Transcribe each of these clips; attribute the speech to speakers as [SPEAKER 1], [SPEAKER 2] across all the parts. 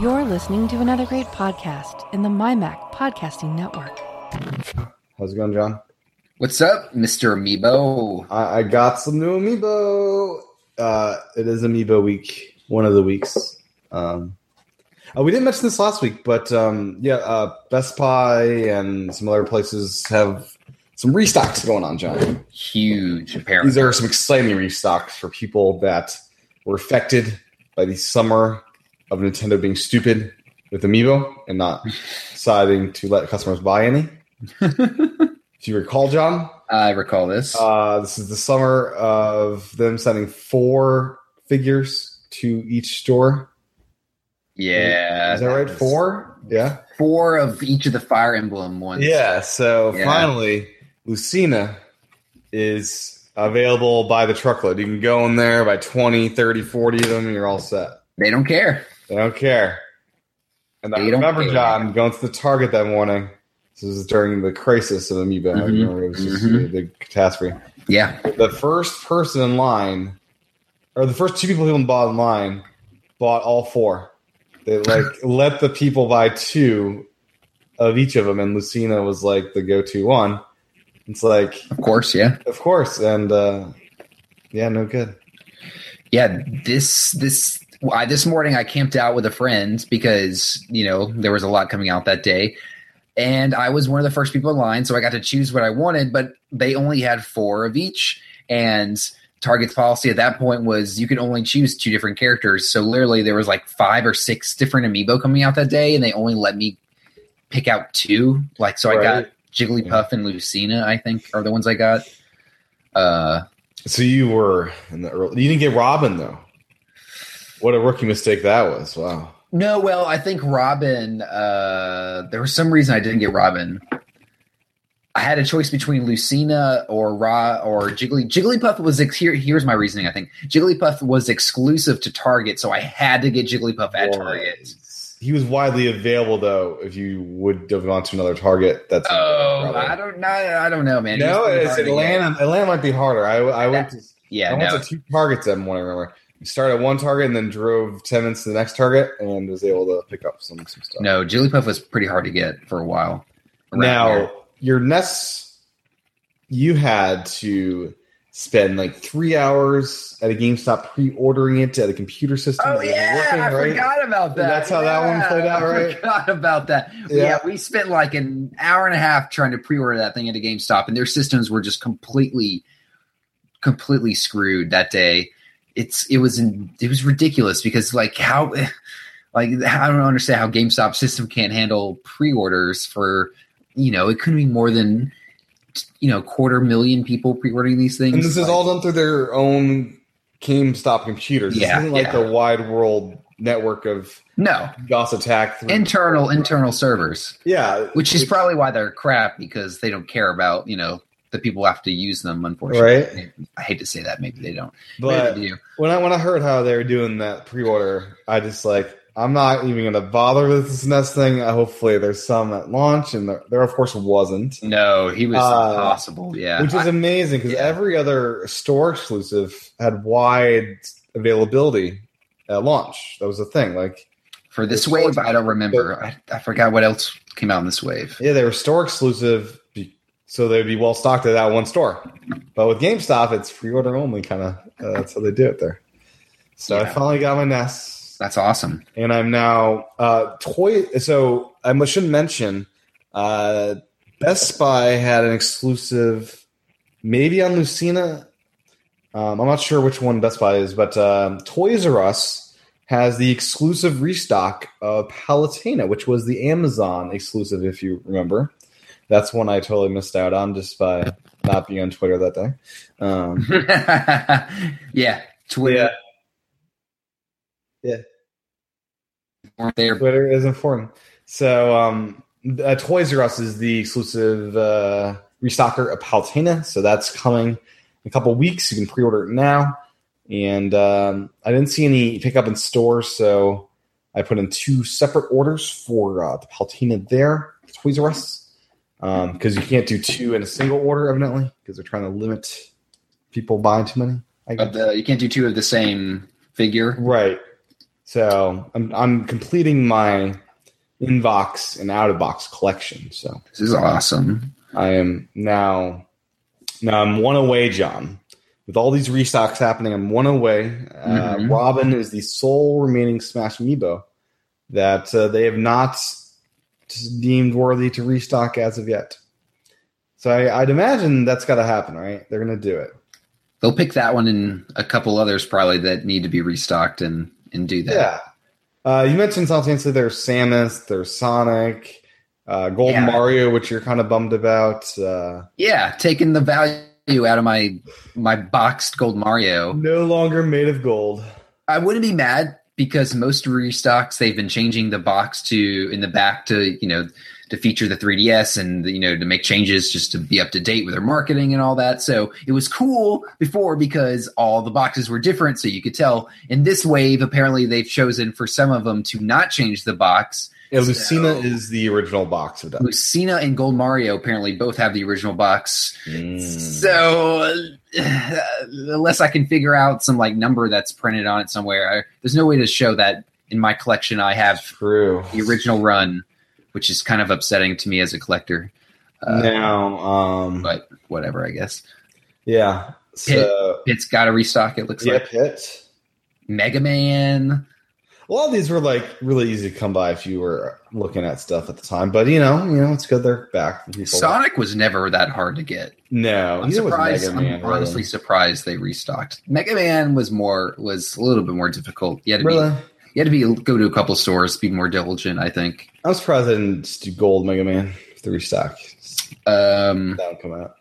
[SPEAKER 1] You're listening to another great podcast in the MyMac Podcasting Network.
[SPEAKER 2] How's it going, John?
[SPEAKER 3] What's up, Mr. Amiibo?
[SPEAKER 2] I, I got some new amiibo. Uh, it is amiibo week, one of the weeks. Um, uh, we didn't mention this last week, but um, yeah, uh, Best Buy and some other places have some restocks going on, John.
[SPEAKER 3] Huge, apparently.
[SPEAKER 2] These are some exciting restocks for people that were affected by the summer of Nintendo being stupid with amiibo and not deciding to let customers buy any. If you recall, John,
[SPEAKER 3] I recall this.
[SPEAKER 2] uh, this is the summer of them sending four figures to each store.
[SPEAKER 3] yeah.
[SPEAKER 2] is that right?
[SPEAKER 3] was
[SPEAKER 2] Four? Yeah.
[SPEAKER 3] Four of each of the Fire Emblem ones.
[SPEAKER 2] Yeah. So
[SPEAKER 3] Yeah.
[SPEAKER 2] finally, Lucina is available by the truckload. You can go in there by 20, 30, 40 of them, and you're all set.
[SPEAKER 3] They don't care.
[SPEAKER 2] They don't care. And I
[SPEAKER 3] They don't
[SPEAKER 2] remember
[SPEAKER 3] care.
[SPEAKER 2] John going to the Target that morning. This was during the crisis of Amiibo. I
[SPEAKER 3] Mhm.
[SPEAKER 2] remember it was just
[SPEAKER 3] Mhm.
[SPEAKER 2] a big catastrophe.
[SPEAKER 3] Yeah.
[SPEAKER 2] the first person in line, or the first two people who bought in line, bought all four. They like let the people buy two of each of them, and Lucina was like the go-to one. It's like,
[SPEAKER 3] Of course. Yeah.
[SPEAKER 2] of course, and uh, yeah, no good.
[SPEAKER 3] Yeah. This, this, I, this morning I camped out with a friend because, you know, there was a lot coming out that day. And I was one of the first people in line. So I got to choose what I wanted, but they only had four of each. And Target's policy at that point was you could only choose two different characters. So literally there was like five or six different amiibo coming out that day. And they only let me pick out two. Like, so I got
[SPEAKER 2] Right.
[SPEAKER 3] Jigglypuff and Lucina, I think, are the ones I got. Uh,
[SPEAKER 2] So you were in the early. You didn't get Robin though. What a rookie mistake that was! Wow.
[SPEAKER 3] No, well, I think Robin. Uh, there was some reason I didn't get Robin. I had a choice between Lucina or Ra or Jiggly. Jigglypuff was ex- here. Here's my reasoning. I think Jigglypuff was exclusive to Target, so I had to get Jigglypuff at Target.
[SPEAKER 2] He was widely available though. If you would have gone to another Target, that's
[SPEAKER 3] Oh,
[SPEAKER 2] Probably.
[SPEAKER 3] I don't know. I don't know, man. It
[SPEAKER 2] No,
[SPEAKER 3] was pretty
[SPEAKER 2] it's
[SPEAKER 3] hard to get.
[SPEAKER 2] Atlanta. Atlanta might be harder. I, I went to I
[SPEAKER 3] Yeah,
[SPEAKER 2] went
[SPEAKER 3] no.
[SPEAKER 2] to two targets that morning. I remember we started at one target and then drove ten minutes to the next target and was able to pick up some some stuff.
[SPEAKER 3] no, Jigglypuff was pretty hard to get for a while. around
[SPEAKER 2] now
[SPEAKER 3] here.
[SPEAKER 2] your nests, you had to spend like three hours at a GameStop pre-ordering it at a computer system. that
[SPEAKER 3] Oh
[SPEAKER 2] wasn't
[SPEAKER 3] yeah,
[SPEAKER 2] working,
[SPEAKER 3] I
[SPEAKER 2] right?
[SPEAKER 3] forgot about that.
[SPEAKER 2] That's how that one
[SPEAKER 3] Yeah,
[SPEAKER 2] played out,
[SPEAKER 3] I
[SPEAKER 2] right?
[SPEAKER 3] forgot about that. Yeah.
[SPEAKER 2] Yeah.
[SPEAKER 3] we spent like an hour and a half trying to pre-order that thing at a GameStop, and their systems were just completely, completely screwed that day. It's it was in, it was ridiculous because like how, like I don't understand how GameStop system can't handle pre-orders for you know it couldn't be more than you know quarter million people pre-ordering these things.
[SPEAKER 2] And this is
[SPEAKER 3] Like,
[SPEAKER 2] all done through their own GameStop computers. This
[SPEAKER 3] Yeah,
[SPEAKER 2] isn't like
[SPEAKER 3] yeah.
[SPEAKER 2] the wide world network of
[SPEAKER 3] no
[SPEAKER 2] DOS attack. through-
[SPEAKER 3] internal internal servers.
[SPEAKER 2] yeah,
[SPEAKER 3] which is probably why they're crap because they don't care about you know the people who have to use them unfortunately i hate to say that maybe they don't
[SPEAKER 2] but
[SPEAKER 3] maybe they do.
[SPEAKER 2] when I when I heard how they were doing that pre-order, I just like I'm not even gonna bother with this Nest thing. Uh, hopefully, there's some at launch, and there, there of course wasn't,
[SPEAKER 3] no he was
[SPEAKER 2] Uh,
[SPEAKER 3] impossible yeah
[SPEAKER 2] which is
[SPEAKER 3] I-
[SPEAKER 2] amazing because
[SPEAKER 3] yeah.
[SPEAKER 2] every other store exclusive had wide availability at launch. That was the thing. Like,
[SPEAKER 3] for this
[SPEAKER 2] it's
[SPEAKER 3] wave
[SPEAKER 2] four-
[SPEAKER 3] i don't remember I, I forgot what else came out in this wave
[SPEAKER 2] yeah, they were store exclusive, be- so they'd be well stocked at that one store. But with GameStop, it's pre-order only, kind of. Uh, that's how they do it there. So I
[SPEAKER 3] Yeah.
[SPEAKER 2] finally got my E Nest.
[SPEAKER 3] that's awesome
[SPEAKER 2] and I'm now uh, toy. So I mu- should mention, uh, Best Buy had an exclusive, maybe on Lucina. Um, I'm not sure which one Best Buy is, but um, Toys R Us has the exclusive restock of Palutena, which was the Amazon exclusive, if you remember. That's one I totally missed out on just by not being on Twitter that day. Um,
[SPEAKER 3] yeah twitter
[SPEAKER 2] Yeah.
[SPEAKER 3] weren't there
[SPEAKER 2] Twitter is informed. So, um, uh, Toys R Us is the exclusive uh, restocker of Palutena, so that's coming in a couple weeks. You can pre-order it now, and um, I didn't see any pickup in stores, so I put in two separate orders for uh, the Palutena there, Toys R Us, because you can't do two in a single order, evidently, because they're trying to limit people buying too many. I guess.
[SPEAKER 3] of the you can't do two of the same figure
[SPEAKER 2] Right. So I'm I'm completing my inbox and out of box collection. So
[SPEAKER 3] This is awesome.
[SPEAKER 2] I am now now I'm one away, John. With all these restocks happening, I'm one away. Uh,
[SPEAKER 3] Mhm.
[SPEAKER 2] Robin is the sole remaining Smash Amiibo that uh, they have not deemed worthy to restock as of yet. So I, I'd imagine that's got to happen, right? They're going to do it.
[SPEAKER 3] They'll pick that one and a couple others probably that need to be restocked and and do that.
[SPEAKER 2] Yeah. Uh, you mentioned simultaneously there's Samus, there's Sonic, uh, Golden
[SPEAKER 3] Yeah.
[SPEAKER 2] Mario, which you're kind of bummed about. Uh,
[SPEAKER 3] Yeah, taking the value out of my my boxed gold Mario.
[SPEAKER 2] no longer made of gold.
[SPEAKER 3] I wouldn't be mad because most restocks they've been changing the box to in the back to you know to feature the 3ds and you know to make changes just to be up to date with their marketing and all that so it was cool before because all the boxes were different so you could tell in this wave apparently they've chosen for some of them to not change the box
[SPEAKER 2] Yeah, Lucina
[SPEAKER 3] So-
[SPEAKER 2] is the original box of that.
[SPEAKER 3] lucina and gold mario apparently both have the original box
[SPEAKER 2] Mm.
[SPEAKER 3] So, uh, unless I can figure out some like number that's printed on it somewhere, I, there's no way to show that in my collection. I have
[SPEAKER 2] True.
[SPEAKER 3] the original run, which is kind of upsetting to me as a collector. Uh,
[SPEAKER 2] now, um,
[SPEAKER 3] But whatever, I guess
[SPEAKER 2] yeah. So,
[SPEAKER 3] it's got to restock. It looks
[SPEAKER 2] yeah,
[SPEAKER 3] like
[SPEAKER 2] Pit.
[SPEAKER 3] Mega Man.
[SPEAKER 2] A lot of these were like really easy to come by if you were looking at stuff at the time, but you know, you know, it's good they're back. and people-
[SPEAKER 3] Sonic was never that hard to get.
[SPEAKER 2] no,
[SPEAKER 3] I'm
[SPEAKER 2] Oh, neither was
[SPEAKER 3] surprised.
[SPEAKER 2] Mega
[SPEAKER 3] I'm
[SPEAKER 2] Man, really.
[SPEAKER 3] honestly surprised they restocked. Mega Man was more was a little bit more difficult. You had to be,
[SPEAKER 2] really,
[SPEAKER 3] you had to be go to a couple stores, be more diligent. I think.
[SPEAKER 2] I'm surprised I didn't do Gold Mega Man the restock.
[SPEAKER 3] Um,
[SPEAKER 2] That would come out.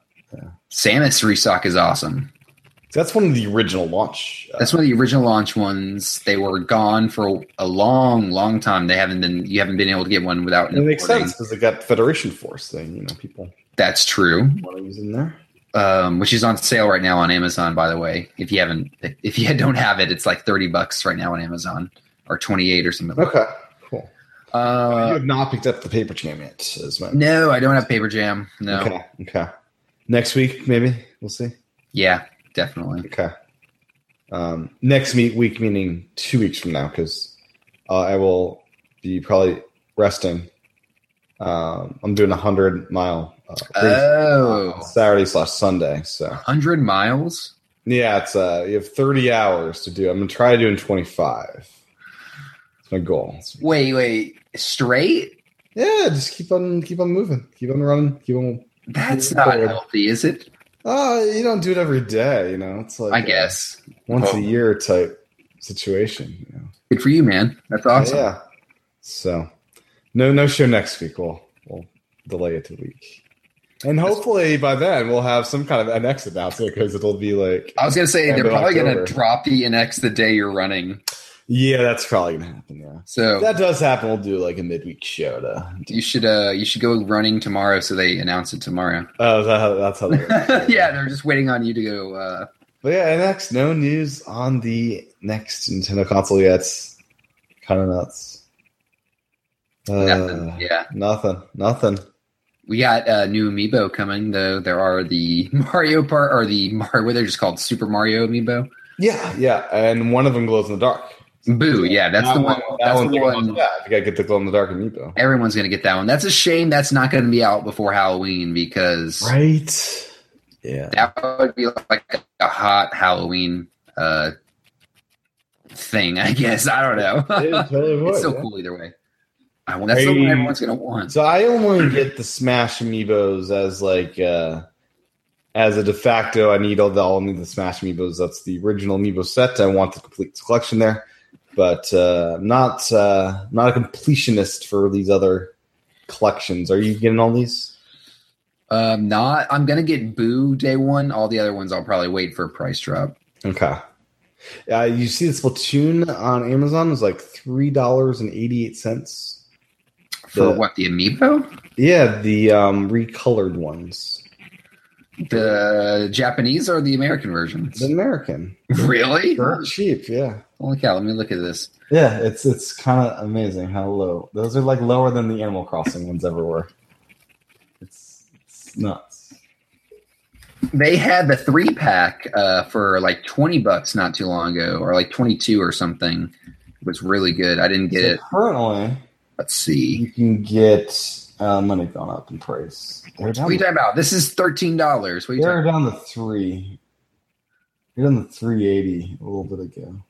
[SPEAKER 3] Samus restock is awesome.
[SPEAKER 2] That's one of the original launch. Uh,
[SPEAKER 3] That's one of the original launch ones. They were gone for a long, long time. They haven't been. You haven't been able to get one without.
[SPEAKER 2] it makes
[SPEAKER 3] importing.
[SPEAKER 2] sense because they got Federation Force thing. You know, people
[SPEAKER 3] That's true.
[SPEAKER 2] want to use in there.
[SPEAKER 3] Um, which is on sale right now on Amazon. By the way, if you haven't, if you don't have it, it's like thirty bucks right now on Amazon or twenty eight or something. Like
[SPEAKER 2] Okay, cool.
[SPEAKER 3] that.
[SPEAKER 2] you
[SPEAKER 3] Uh,
[SPEAKER 2] have not picked up the paper jam yet, is my
[SPEAKER 3] no, I don't have Paper Jam. No.
[SPEAKER 2] Okay. Okay. Next week, maybe we'll see.
[SPEAKER 3] Yeah, definitely.
[SPEAKER 2] Okay. Um, next meet week, meaning two weeks from now, because uh, I will be probably resting. Um, I'm doing a hundred mile uh, race
[SPEAKER 3] Oh.
[SPEAKER 2] on Saturday slash Sunday. So
[SPEAKER 3] 100 miles?
[SPEAKER 2] yeah, it's uh, you have 30 hours to do. I'm gonna try doing 25. That's my goal.
[SPEAKER 3] Wait, wait. Straight?
[SPEAKER 2] Yeah, just keep on keep on moving, keep on running, keep on.
[SPEAKER 3] That's not healthy, is it?
[SPEAKER 2] Uh, you don't do it every day, you know. It's like
[SPEAKER 3] I guess.
[SPEAKER 2] once
[SPEAKER 3] Oh.
[SPEAKER 2] a year type situation. You know?
[SPEAKER 3] Good for you, man. That's awesome.
[SPEAKER 2] Yeah. So no no show next week. We'll we'll delay it a week. And hopefully by then we'll have some kind of an exit announcement because it'll be like
[SPEAKER 3] I was gonna say
[SPEAKER 2] And
[SPEAKER 3] they're
[SPEAKER 2] in
[SPEAKER 3] probably gonna
[SPEAKER 2] October.
[SPEAKER 3] drop the NX the day you're running.
[SPEAKER 2] Yeah, that's probably gonna happen, yeah.
[SPEAKER 3] So
[SPEAKER 2] If that does happen, we'll do like a midweek show to
[SPEAKER 3] you should uh you should go running tomorrow so they announce it tomorrow.
[SPEAKER 2] Oh, is that how, that's how that works.
[SPEAKER 3] yeah, they're just waiting on you to go uh
[SPEAKER 2] But yeah, NX, no news on the next Nintendo console yet. Kinda nuts. Uh,
[SPEAKER 3] nothing. yeah.
[SPEAKER 2] Nothing. Nothing.
[SPEAKER 3] We got uh new amiibo coming though. There are the Mario part or the Mario what they're just called Super Mario amiibo.
[SPEAKER 2] Yeah, yeah. And one of them glows in the dark.
[SPEAKER 3] Boo, yeah, that's
[SPEAKER 2] That
[SPEAKER 3] the one,
[SPEAKER 2] that
[SPEAKER 3] that's
[SPEAKER 2] one's
[SPEAKER 3] the
[SPEAKER 2] like,
[SPEAKER 3] one
[SPEAKER 2] Yeah, I gotta get the glow in the dark amiibo.
[SPEAKER 3] everyone's gonna get that one. That's a shame that's not gonna be out before Halloween because
[SPEAKER 2] Right. Yeah.
[SPEAKER 3] that would be like a hot Halloween uh thing, I guess. I don't
[SPEAKER 2] It
[SPEAKER 3] know.
[SPEAKER 2] totally would,
[SPEAKER 3] it's so
[SPEAKER 2] yeah.
[SPEAKER 3] cool either way. I want that's the one
[SPEAKER 2] Hey.
[SPEAKER 3] everyone's gonna want.
[SPEAKER 2] So I only get the Smash amiibos as like uh as a de facto. I need all the all need the Smash amiibos. That's the original amiibo set. I want the complete collection there, but uh not uh not a completionist for these other collections. Are you getting all these?
[SPEAKER 3] Um, not I'm gonna get Boo day one. All the other ones I'll probably wait for a price drop.
[SPEAKER 2] Okay. Uh, you see the Splatoon on Amazon is like three dollars and eighty eight cents.
[SPEAKER 3] For
[SPEAKER 2] The-
[SPEAKER 3] what the amiibo?
[SPEAKER 2] Yeah, the um, recolored ones.
[SPEAKER 3] The Japanese or the American versions?
[SPEAKER 2] The American.
[SPEAKER 3] really?
[SPEAKER 2] They're cheap, yeah.
[SPEAKER 3] Holy cow! Let me look at this.
[SPEAKER 2] Yeah, it's it's kind of amazing how low. Those are like lower than the Animal Crossing ones ever were. It's, it's nuts.
[SPEAKER 3] They had the three pack uh, for like twenty bucks not too long ago, or like twenty two or something. was really good. I didn't get it.
[SPEAKER 2] So currently,
[SPEAKER 3] Let's see.
[SPEAKER 2] you can get. Um, let me gone up in price. They're down,
[SPEAKER 3] What are you talking about? This is thirteen dollars. What are you
[SPEAKER 2] they're
[SPEAKER 3] talking?
[SPEAKER 2] down to three. They're down to three eighty a little bit ago.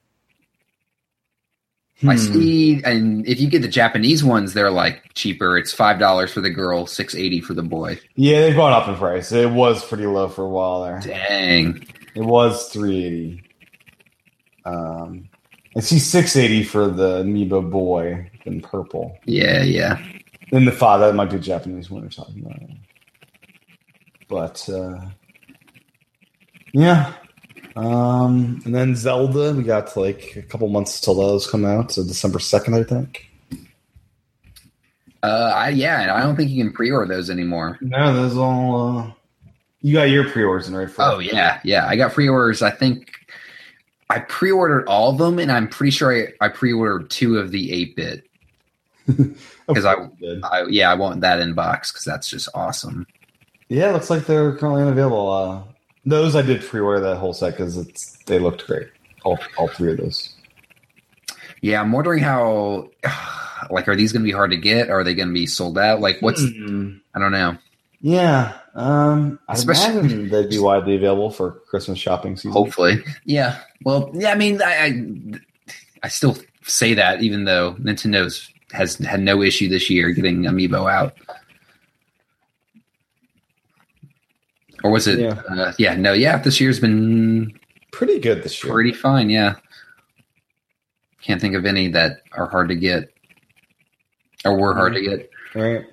[SPEAKER 3] I
[SPEAKER 2] Hmm.
[SPEAKER 3] see. And if you get the Japanese ones, they're like cheaper. It's five dollars for the girl, six eighty for the boy.
[SPEAKER 2] Yeah, they've gone up in price. It was pretty low for a while there.
[SPEAKER 3] Dang.
[SPEAKER 2] It was 380. Um, I see 680 for the Amiibo Boy in purple.
[SPEAKER 3] Yeah, yeah.
[SPEAKER 2] Then the five, that might be a Japanese one we're talking about. But, uh, yeah. Um, and then Zelda, we got like a couple months till those come out. So December 2nd, I think.
[SPEAKER 3] Uh, I yeah. And I don't think you can pre-order those anymore.
[SPEAKER 2] No, those all, uh, you got your pre orders in, right? For
[SPEAKER 3] Oh yeah, yeah. I got pre-orders. I think I pre-ordered all of them, and I'm pretty sure I, I pre-ordered two of the eight bit. Because I,
[SPEAKER 2] Good.
[SPEAKER 3] I yeah, I want that in box because that's just awesome.
[SPEAKER 2] Yeah, it looks like they're currently unavailable. Uh, those I did pre-order that whole set because it's they looked great. All, all three of those.
[SPEAKER 3] Yeah, I'm wondering how. Like, are these going to be hard to get? Or are they going to be sold out? Like, what's
[SPEAKER 2] Hmm.
[SPEAKER 3] I don't know.
[SPEAKER 2] Yeah, um, I
[SPEAKER 3] Especially-
[SPEAKER 2] imagine they'd be widely available for Christmas shopping season.
[SPEAKER 3] Hopefully. Yeah. Well, yeah, I mean, I, I, I still say that even though Nintendo's has had no issue this year getting Amiibo out. Or was it?
[SPEAKER 2] Yeah.
[SPEAKER 3] Yeah, uh, yeah no, yeah, this year's been
[SPEAKER 2] Pretty good this year.
[SPEAKER 3] pretty fine. Yeah. Can't think of any that are hard to get or were hard to get.
[SPEAKER 2] right?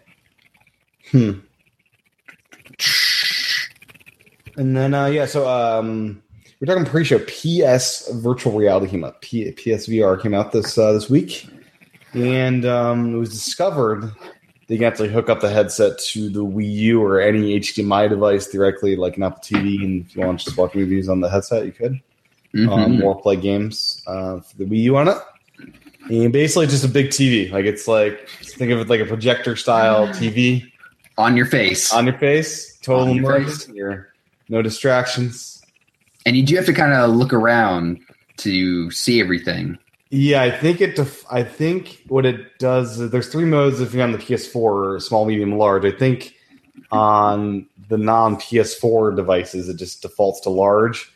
[SPEAKER 2] Hmm. And then uh, yeah, so um, we're talking pre-show. PS virtual reality came out. P- PSVR came out this uh, this week, and um, it was discovered that you can actually hook up the headset to the Wii U or any HDMI device directly, like an Apple TV, and if you want to just watch movies on the headset, you could um,
[SPEAKER 3] Mhm.
[SPEAKER 2] or play games uh, for the Wii U on it. And basically, it's just a big TV. Like it's like think of it like a projector style TV
[SPEAKER 3] on your face.
[SPEAKER 2] on your face, total
[SPEAKER 3] On your
[SPEAKER 2] immersion. You're- No distractions.
[SPEAKER 3] and you do have to kind of look around to see everything.
[SPEAKER 2] Yeah, I think it. Def- I think what it does. is There's three modes if you're on the PS4, small, medium, large. I think on the non PS4 devices, it just defaults to large,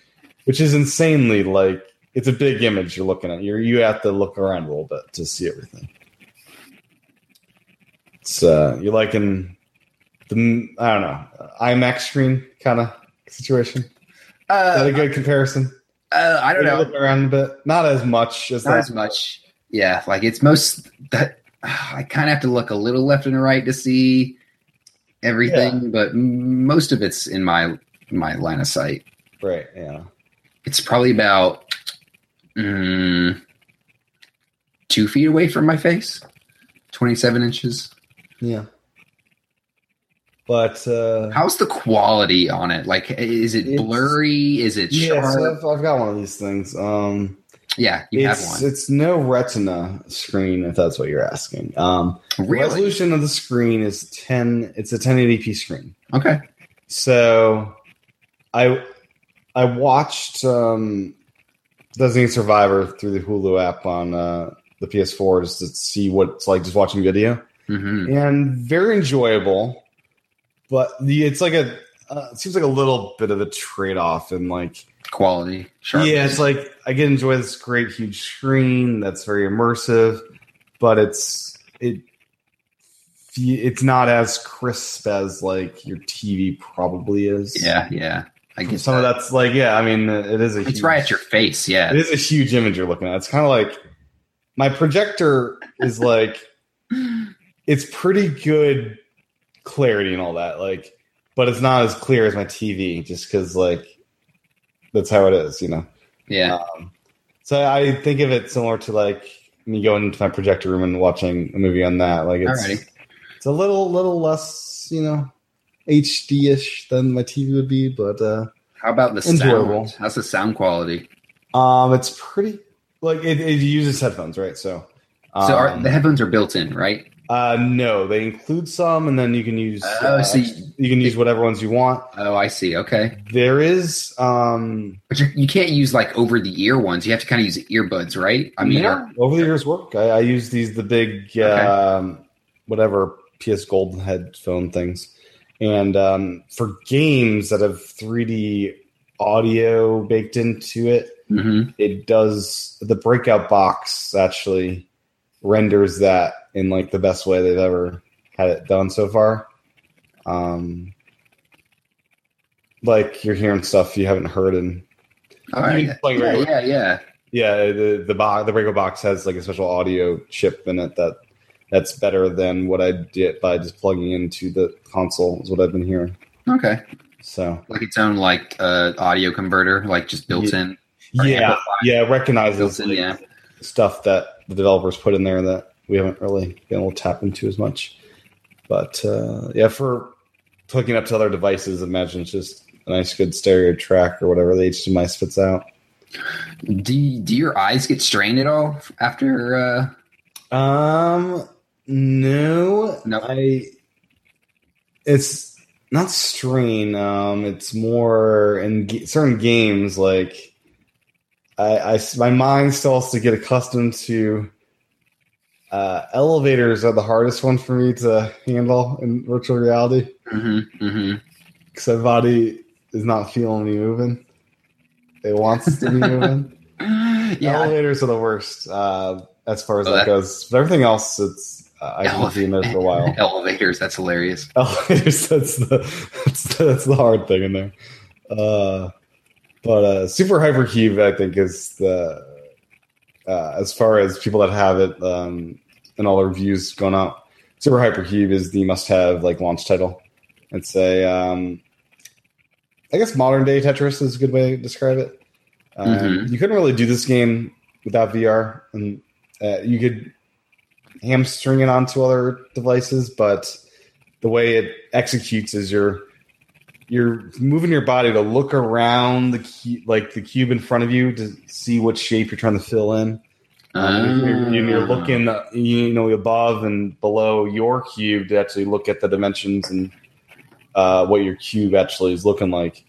[SPEAKER 2] which is insanely like it's a big image you're looking at. You you have to look around a little bit to see everything. It's uh, you're like in the I don't know IMAX screen kind of situation. Is that a
[SPEAKER 3] Uh,
[SPEAKER 2] good comparison?
[SPEAKER 3] uh, I don't know.
[SPEAKER 2] Look around a bit, not as much as
[SPEAKER 3] not
[SPEAKER 2] that.
[SPEAKER 3] as much. Yeah, like it's most that I kind of have to look a little left and right to see everything, but but m- most of it's in my my line of sight.
[SPEAKER 2] Right. Yeah.
[SPEAKER 3] It's probably about mm, two feet away from my face, twenty seven inches.
[SPEAKER 2] Yeah. But uh,
[SPEAKER 3] How's the quality on it? Like, is it
[SPEAKER 2] It's-
[SPEAKER 3] blurry? Is it
[SPEAKER 2] yeah,
[SPEAKER 3] sharp?
[SPEAKER 2] so I've, I've got one of these things. Um,
[SPEAKER 3] yeah, you have
[SPEAKER 2] it's
[SPEAKER 3] one.
[SPEAKER 2] it's no Retina screen if that's what you're asking. Um,
[SPEAKER 3] Really?
[SPEAKER 2] resolution of the screen is ten. It's a 1080p screen.
[SPEAKER 3] Okay.
[SPEAKER 2] So, I I watched um, Designated Survivor through the Hulu app on uh, the PS4 just to see what it's like just watching video.
[SPEAKER 3] hmm
[SPEAKER 2] and very enjoyable. But the it's like a uh, it seems like a little bit of a trade off, and like
[SPEAKER 3] Quality. Sharp.
[SPEAKER 2] yeah, it's like I can enjoy this great huge screen that's very immersive, but it's it it's not as crisp as like your TV probably is.
[SPEAKER 3] Yeah, yeah. I guess
[SPEAKER 2] some of that's like yeah, I mean it is a
[SPEAKER 3] It's
[SPEAKER 2] huge,
[SPEAKER 3] right at your face. Yeah.
[SPEAKER 2] it is a huge image you're looking at. It's kind of like my projector is like it's pretty good clarity and all that like but it's not as clear as my tv just because like that's how it is you know
[SPEAKER 3] Yeah.
[SPEAKER 2] um, so i think of it similar to like me going into my projector room and watching a movie on that like it's,
[SPEAKER 3] Alrighty.
[SPEAKER 2] it's a little little less you know hd-ish than my tv would be but uh
[SPEAKER 3] How about the
[SPEAKER 2] Enjoyable.
[SPEAKER 3] sound? How's the sound quality?
[SPEAKER 2] um it's pretty like it, it uses headphones right so um,
[SPEAKER 3] so are, the headphones are built in, right?
[SPEAKER 2] Uh, no, they include some, and then you can use.
[SPEAKER 3] Oh,
[SPEAKER 2] uh,
[SPEAKER 3] so you-
[SPEAKER 2] you can use whatever ones you want.
[SPEAKER 3] Oh, I see. Okay,
[SPEAKER 2] There is um,
[SPEAKER 3] but you, you can't use like over the ear ones. You have to kind of use earbuds, right? I mean,
[SPEAKER 2] yeah,
[SPEAKER 3] or-
[SPEAKER 2] over the years work. I, I use these the big
[SPEAKER 3] Okay.
[SPEAKER 2] um, whatever PS Gold headphone things, and um, for games that have 3D audio baked into it,
[SPEAKER 3] Mhm.
[SPEAKER 2] it does the breakout box actually renders that in like the best way they've ever had it done so far um like you're hearing stuff you haven't heard in
[SPEAKER 3] All right.
[SPEAKER 2] You play
[SPEAKER 3] yeah,
[SPEAKER 2] right-
[SPEAKER 3] yeah, yeah.
[SPEAKER 2] yeah the the box the breakout box has like a special audio chip in it that that's better than what i did by just plugging into the console is what i've been hearing
[SPEAKER 3] Okay,
[SPEAKER 2] so
[SPEAKER 3] like its own like uh, audio converter, like just built in. Or
[SPEAKER 2] yeah
[SPEAKER 3] amplifier
[SPEAKER 2] yeah it recognizes
[SPEAKER 3] built in,
[SPEAKER 2] like,
[SPEAKER 3] yeah.
[SPEAKER 2] stuff that the developers put in there that we haven't really been able to tap into as much. But uh, yeah, for hooking up to other devices, imagine it's just a nice good stereo track or whatever the HDMI spits out.
[SPEAKER 3] Do you- do your eyes get strained at all after? Uh,
[SPEAKER 2] Um, no,
[SPEAKER 3] No.
[SPEAKER 2] I. It's not strain. Um, it's more in g- certain games like. I, I s- my mind still has to get accustomed to. Uh, elevators are the hardest one for me to handle in virtual reality
[SPEAKER 3] mhm, mhm.
[SPEAKER 2] because my body is not feeling me moving. It wants to be moving.
[SPEAKER 3] Yeah,
[SPEAKER 2] Elevators are the worst uh, as far as
[SPEAKER 3] Oh,
[SPEAKER 2] that,
[SPEAKER 3] that-
[SPEAKER 2] goes. But everything else, it's uh, I can be in there for a while.
[SPEAKER 3] Elevators. That's hilarious.
[SPEAKER 2] Elevators, that's the that's the, that's the hard thing in there. Uh, but uh, super hypercube, I think, is the uh, as far as people that have it um, and all the reviews going out. Super hypercube is the must-have like launch title. It's a um, I guess modern day Tetris is a good way to describe it. Um,
[SPEAKER 3] Mhm.
[SPEAKER 2] You couldn't really do this game without VR, and uh, you could hamstring it onto other devices, but the way it executes is you're you're moving your body to look around the cu- like the cube in front of you to see what shape you're trying to fill in.
[SPEAKER 3] Uh,
[SPEAKER 2] Um, and you're, and
[SPEAKER 3] Ah.
[SPEAKER 2] you're looking, uh, you know, above and below your cube to actually look at the dimensions and uh, what your cube actually is looking like.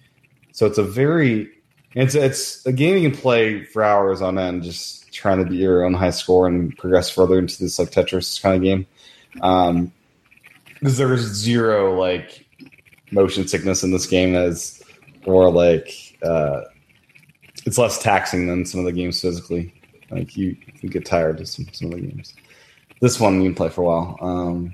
[SPEAKER 2] So it's a very it's it's a game you can play for hours on end, just trying to beat your own high score and progress further into this like Tetris kind of game. Um, because there's zero like motion sickness in this game as or like uh, it's less taxing than some of the games physically. Like you, you get tired of some, some of the games. This one you can play for a while, um,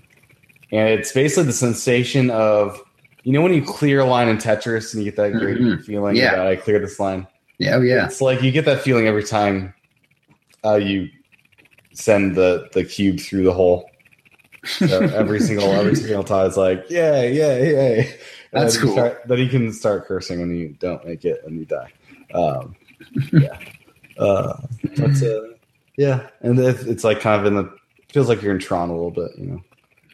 [SPEAKER 2] and it's basically the sensation of you know when you clear a line in Tetris and you get that great
[SPEAKER 3] Mhm.
[SPEAKER 2] feeling
[SPEAKER 3] Yeah.
[SPEAKER 2] about I cleared this line.
[SPEAKER 3] Yeah, oh, yeah.
[SPEAKER 2] It's like you get that feeling every time uh, you send the, the cube through the hole. So every single every single time it's like, yeah, yeah, yeah.
[SPEAKER 3] That's
[SPEAKER 2] then you
[SPEAKER 3] cool.
[SPEAKER 2] Start, then you can start cursing when you don't make it and you die. Um, yeah. Uh, but, uh, yeah. And it, it's like kind of in the feels like you're in Tron a little bit, you know.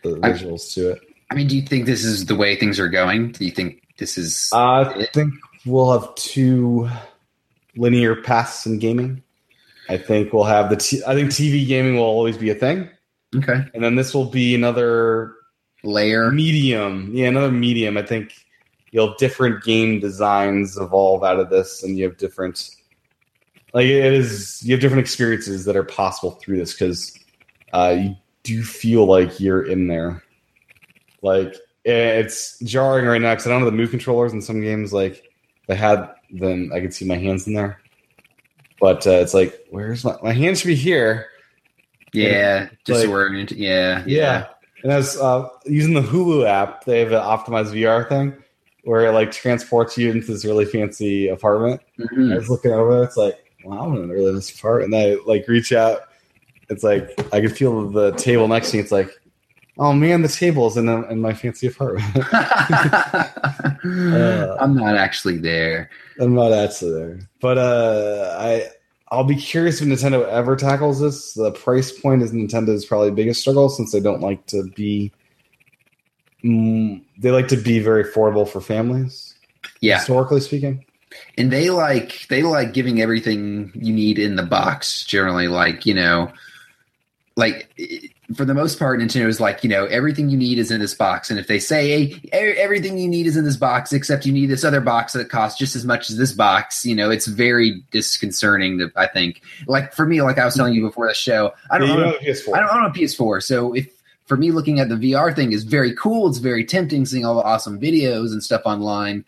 [SPEAKER 2] The
[SPEAKER 3] I-
[SPEAKER 2] visuals to it.
[SPEAKER 3] I mean, do you think this is the way things are going? Do you think this is?
[SPEAKER 2] Uh, I think we'll have two linear paths in gaming. I think we'll have the. T- I think TV gaming will always be a thing,
[SPEAKER 3] okay.
[SPEAKER 2] and then this will be another
[SPEAKER 3] Layer.
[SPEAKER 2] medium. Yeah, another medium. I think you'll have different game designs evolve out of this, and you have different. Like it is, you have different experiences that are possible through this because uh, you do feel like you're in there. Like it's jarring right now because I don't have the move controllers in some games. Like if I had them, I could see my hands in there. But uh, it's like, where's my my hands should be here?
[SPEAKER 3] Yeah.
[SPEAKER 2] Like-
[SPEAKER 3] Disoriented. yeah.
[SPEAKER 2] Yeah. And I was uh, using the Hulu app. They have an optimized VR thing where it like transports you into this really fancy apartment. I
[SPEAKER 3] Mhm.
[SPEAKER 2] was looking over. It's like, wow, I'm in a really nice apartment. And I like reach out. It's like I could feel the table next to me. It's like, oh man, the table's in the, in my fancy apartment.
[SPEAKER 3] I'm not actually there.
[SPEAKER 2] I'm not actually there, but uh, I I'll be curious if Nintendo ever tackles this. The price point is Nintendo's probably biggest struggle since they don't like to be. Mm, they like to be very affordable for families,
[SPEAKER 3] Yeah.
[SPEAKER 2] historically speaking.
[SPEAKER 3] And they like they like giving everything you need in the box generally like, you know, like i- for the most part, Nintendo is like, you know, everything you need is in this box. And if they say hey, e- everything you need is in this box, except you need this other box that costs just as much as this box, you know, it's very disconcerting. That I think, like for me, like I was telling you before the show, I don't
[SPEAKER 2] Yeah, you
[SPEAKER 3] know.
[SPEAKER 2] don't have a PS4.
[SPEAKER 3] I don't own a PS4, so if for me looking at the VR thing is very cool, it's very tempting seeing all the awesome videos and stuff online.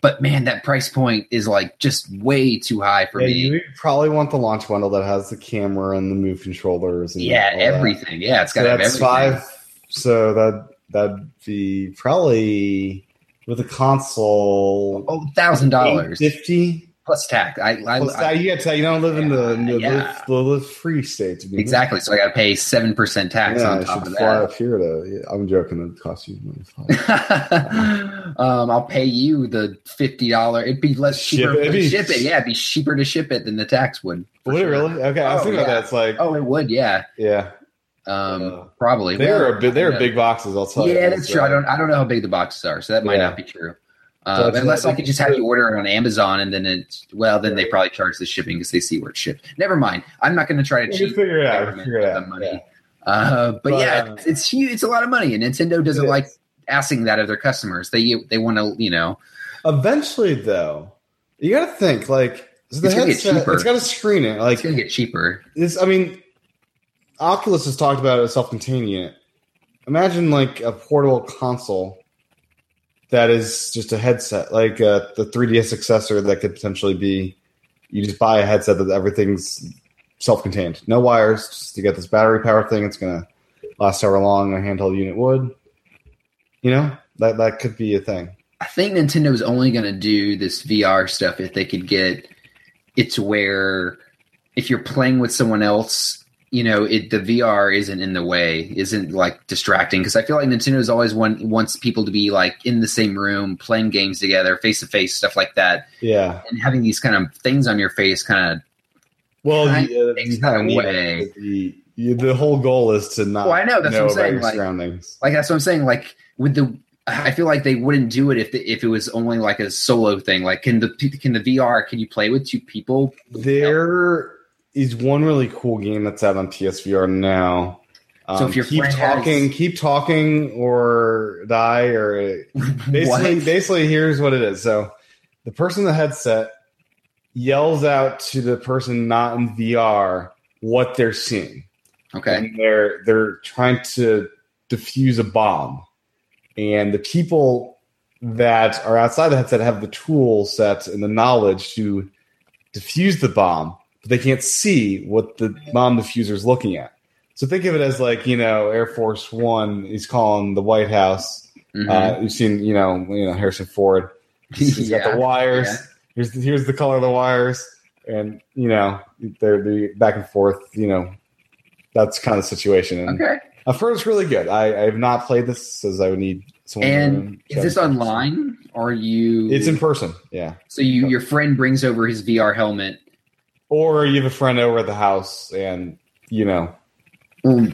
[SPEAKER 3] But man, that price point is like just way too high for
[SPEAKER 2] Yeah,
[SPEAKER 3] me.
[SPEAKER 2] you probably want the launch bundle that has the camera and the move controllers. And
[SPEAKER 3] yeah,
[SPEAKER 2] all that.
[SPEAKER 3] everything. Yeah, it's got
[SPEAKER 2] So
[SPEAKER 3] to have
[SPEAKER 2] that's
[SPEAKER 3] everything.
[SPEAKER 2] five. So that that'd be probably with a console.
[SPEAKER 3] Oh, thousand dollars
[SPEAKER 2] fifty.
[SPEAKER 3] plus tax. I, I,
[SPEAKER 2] Plus,
[SPEAKER 3] I-
[SPEAKER 2] you gotta tell you don't live in the, the,
[SPEAKER 3] Yeah.
[SPEAKER 2] the, the free states. dude.
[SPEAKER 3] exactly. So I got to pay seven percent tax
[SPEAKER 2] Mm-hmm. Yeah,
[SPEAKER 3] on
[SPEAKER 2] I
[SPEAKER 3] top
[SPEAKER 2] should
[SPEAKER 3] of
[SPEAKER 2] fly
[SPEAKER 3] that.
[SPEAKER 2] up here to. yeah, I'm joking. It costs you money.
[SPEAKER 3] um, I'll pay you the fifty dollar. It'd be less
[SPEAKER 2] Ship
[SPEAKER 3] cheaper
[SPEAKER 2] it.
[SPEAKER 3] to
[SPEAKER 2] It'd be-
[SPEAKER 3] ship it. Yeah, it'd be cheaper to ship it than the tax would. for
[SPEAKER 2] Would it
[SPEAKER 3] sure.
[SPEAKER 2] really? Okay, I was
[SPEAKER 3] Oh,
[SPEAKER 2] thinking about
[SPEAKER 3] yeah.
[SPEAKER 2] that. It's like,
[SPEAKER 3] Oh, it would. Yeah.
[SPEAKER 2] yeah,
[SPEAKER 3] Um,
[SPEAKER 2] Uh,
[SPEAKER 3] probably.
[SPEAKER 2] they're
[SPEAKER 3] Well,
[SPEAKER 2] a big, they're
[SPEAKER 3] yeah.
[SPEAKER 2] big boxes. I'll tell you.
[SPEAKER 3] Yeah, that's
[SPEAKER 2] So-
[SPEAKER 3] true. I don't. I don't know how big the boxes are, so that
[SPEAKER 2] uh,
[SPEAKER 3] might
[SPEAKER 2] Yeah.
[SPEAKER 3] not be true. Um,
[SPEAKER 2] it's-
[SPEAKER 3] unless I could just have you order it on Amazon, and then it's well, then they probably charge the shipping because they see where it's shipped. Never mind. I'm not going to try to
[SPEAKER 2] We
[SPEAKER 3] cheat
[SPEAKER 2] can figure it out. We can
[SPEAKER 3] government
[SPEAKER 2] figure it
[SPEAKER 3] with the
[SPEAKER 2] out.
[SPEAKER 3] money.
[SPEAKER 2] Yeah.
[SPEAKER 3] Uh, but,
[SPEAKER 2] But,
[SPEAKER 3] yeah,
[SPEAKER 2] uh,
[SPEAKER 3] it's, it's huge. It's a lot of money, and Nintendo doesn't
[SPEAKER 2] It
[SPEAKER 3] like
[SPEAKER 2] is.
[SPEAKER 3] asking that of their customers. They they want to, you know,
[SPEAKER 2] Eventually, though, you got to think like so the
[SPEAKER 3] It's gonna get
[SPEAKER 2] headset.
[SPEAKER 3] cheaper.
[SPEAKER 2] It's got to screen it.
[SPEAKER 3] it's
[SPEAKER 2] Like
[SPEAKER 3] going to get cheaper.
[SPEAKER 2] this. I mean, Oculus has talked about it as self-contained unit. Imagine like a portable console that is just a headset, like uh, the 3DS successor that could potentially be. You just buy a headset that everything's self-contained, no wires. Just you get this battery power thing. It's gonna last however long a handheld unit would. You know that that could be a thing.
[SPEAKER 3] I think Nintendo is only going to do this VR stuff if they could get it to where if you're playing with someone else, you know, it the VR isn't in the way, isn't like distracting. Because I feel like Nintendo's always want, wants people to be like in the same room, playing games together, face to face, stuff like that,
[SPEAKER 2] Yeah.
[SPEAKER 3] and having these kind of things on your face, kind of.
[SPEAKER 2] Well,
[SPEAKER 3] Kind
[SPEAKER 2] you, uh,
[SPEAKER 3] takes
[SPEAKER 2] you kinda
[SPEAKER 3] that
[SPEAKER 2] need
[SPEAKER 3] away.
[SPEAKER 2] it. The, you- the whole goal is to not.
[SPEAKER 3] Well, I know, that's what I'm
[SPEAKER 2] about
[SPEAKER 3] saying,
[SPEAKER 2] your
[SPEAKER 3] like-
[SPEAKER 2] surroundings.
[SPEAKER 3] like that's what I'm saying. Like with the, I feel like they wouldn't do it if the, if it was only like a solo thing. Like can the can the VR can you play with two people?
[SPEAKER 2] There is one really cool game that's out on PSVR now. Um,
[SPEAKER 3] So if your
[SPEAKER 2] keep
[SPEAKER 3] friend has-
[SPEAKER 2] talking, keep talking, or die, or basically,
[SPEAKER 3] What?
[SPEAKER 2] basically, here's what it is. So the person in the headset yells out to the person not in VR what they're seeing.
[SPEAKER 3] Okay.
[SPEAKER 2] and they're they're trying to defuse a bomb and the people that are outside the headset have the tool set and the knowledge to defuse the bomb but they can't see what the bomb diffuser is looking at so think of it as like you know air force one is calling the white house
[SPEAKER 3] Mhm.
[SPEAKER 2] uh, you've seen you know you know harrison ford he's he's got
[SPEAKER 3] Yeah.
[SPEAKER 2] the wires
[SPEAKER 3] yeah.
[SPEAKER 2] here's the, here's the color of the wires and you know they're, they back and forth you know that's kind of the situation and
[SPEAKER 3] Okay.
[SPEAKER 2] I've heard it's really good. I, I have not played this as I would need someone.
[SPEAKER 3] And
[SPEAKER 2] to-
[SPEAKER 3] is this online? Or you?
[SPEAKER 2] It's in person, yeah.
[SPEAKER 3] So you, your friend brings over his VR helmet.
[SPEAKER 2] Or you have a friend over at the house, and you know,
[SPEAKER 3] Oh,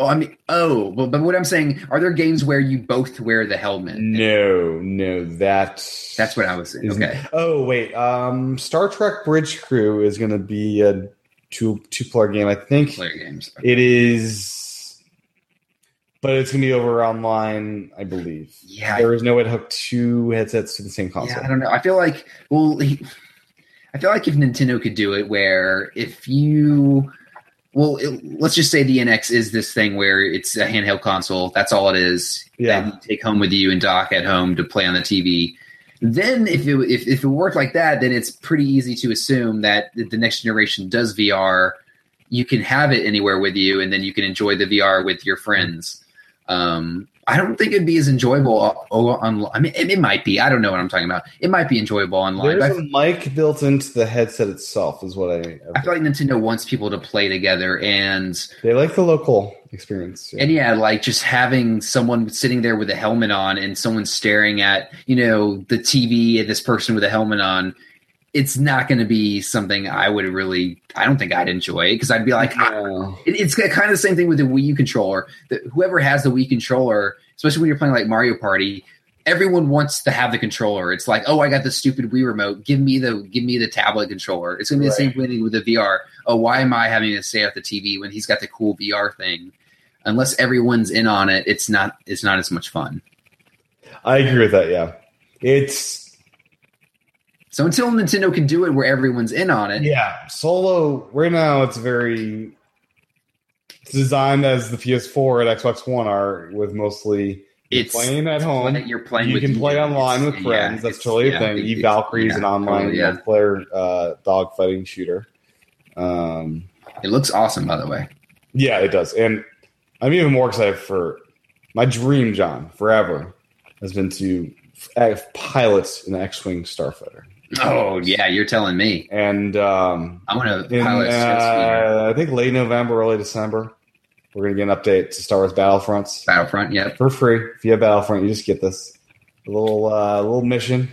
[SPEAKER 3] I mean, oh, but, but what I'm saying are there games where you both wear the helmet?
[SPEAKER 2] no, no, that
[SPEAKER 3] That's what I was saying.
[SPEAKER 2] is-
[SPEAKER 3] Okay.
[SPEAKER 2] Oh wait, um, Star Trek Bridge Crew is going to be a two two player game. I think
[SPEAKER 3] Player games.
[SPEAKER 2] it is, but it's going to be over online, I believe.
[SPEAKER 3] Yeah. I,
[SPEAKER 2] There is no way to hook two headsets to the same console.
[SPEAKER 3] yeah. I don't know. I feel like well, he, I feel like if Nintendo could do it, where if you well, it, let's just say the NX is this thing where it's a handheld console. That's all it is.
[SPEAKER 2] Yeah.
[SPEAKER 3] that you take home with you and dock at home to play on the TV. Then, if it if, if it worked like that, then it's pretty easy to assume that if the next generation does VR, you can have it anywhere with you, and then you can enjoy the VR with your friends. Um, I don't think it'd be as enjoyable o- o- on. I mean, it, it might be. I don't know what I'm talking about. It might be enjoyable online. But I
[SPEAKER 2] There's a mic built into the headset itself, is what I.
[SPEAKER 3] I feel like Nintendo wants people to play together, and
[SPEAKER 2] they like the local experience. yeah.
[SPEAKER 3] And yeah, like just having someone sitting there with a helmet on and someone staring at, you know, the TV and this person with a helmet on, it's not going to be something I would really, I don't think I'd enjoy because I'd be like, I-
[SPEAKER 2] Yeah.
[SPEAKER 3] it- it's kind of the same thing with the Wii U controller. The, whoever has the Wii controller, especially when you're playing like Mario Party, everyone wants to have the controller. It's like, oh, I got the stupid Wii remote. Give me the give me the tablet controller. It's gonna be the same thing with the VR. Oh, why am I having to stay at the TV when he's got the cool VR thing? unless everyone's in on it, it's not it's not as much fun.
[SPEAKER 2] I agree with that. Yeah, it's
[SPEAKER 3] So until Nintendo can do it where everyone's in on it,
[SPEAKER 2] yeah solo right now. It's very it's designed as the PS4 and Xbox One are with mostly you're
[SPEAKER 3] It's-
[SPEAKER 2] playing at home.
[SPEAKER 3] like you're playing.
[SPEAKER 2] you
[SPEAKER 3] with
[SPEAKER 2] can play
[SPEAKER 3] either.
[SPEAKER 2] online with
[SPEAKER 3] It's- yeah,
[SPEAKER 2] friends. That's
[SPEAKER 3] it's-
[SPEAKER 2] totally
[SPEAKER 3] yeah,
[SPEAKER 2] a thing.
[SPEAKER 3] it-
[SPEAKER 2] Eve
[SPEAKER 3] it's-
[SPEAKER 2] Valkyrie is
[SPEAKER 3] yeah,
[SPEAKER 2] an online
[SPEAKER 3] totally, yeah.
[SPEAKER 2] multiplayer uh, dog fighting shooter. Um,
[SPEAKER 3] It looks awesome, by the way.
[SPEAKER 2] yeah, it does, and I'm even more excited for my dream, John, forever has been to f- pilot an X-wing starfighter,
[SPEAKER 3] Oh yeah, you're telling me.
[SPEAKER 2] and um,
[SPEAKER 3] I want to
[SPEAKER 2] in,
[SPEAKER 3] pilot. Stratosphere.
[SPEAKER 2] uh, I think late November, early December, we're gonna get an update to Star Wars Battlefronts
[SPEAKER 3] Battlefront. Yep.
[SPEAKER 2] for free. If you have Battlefront, you just get this a little uh, little mission.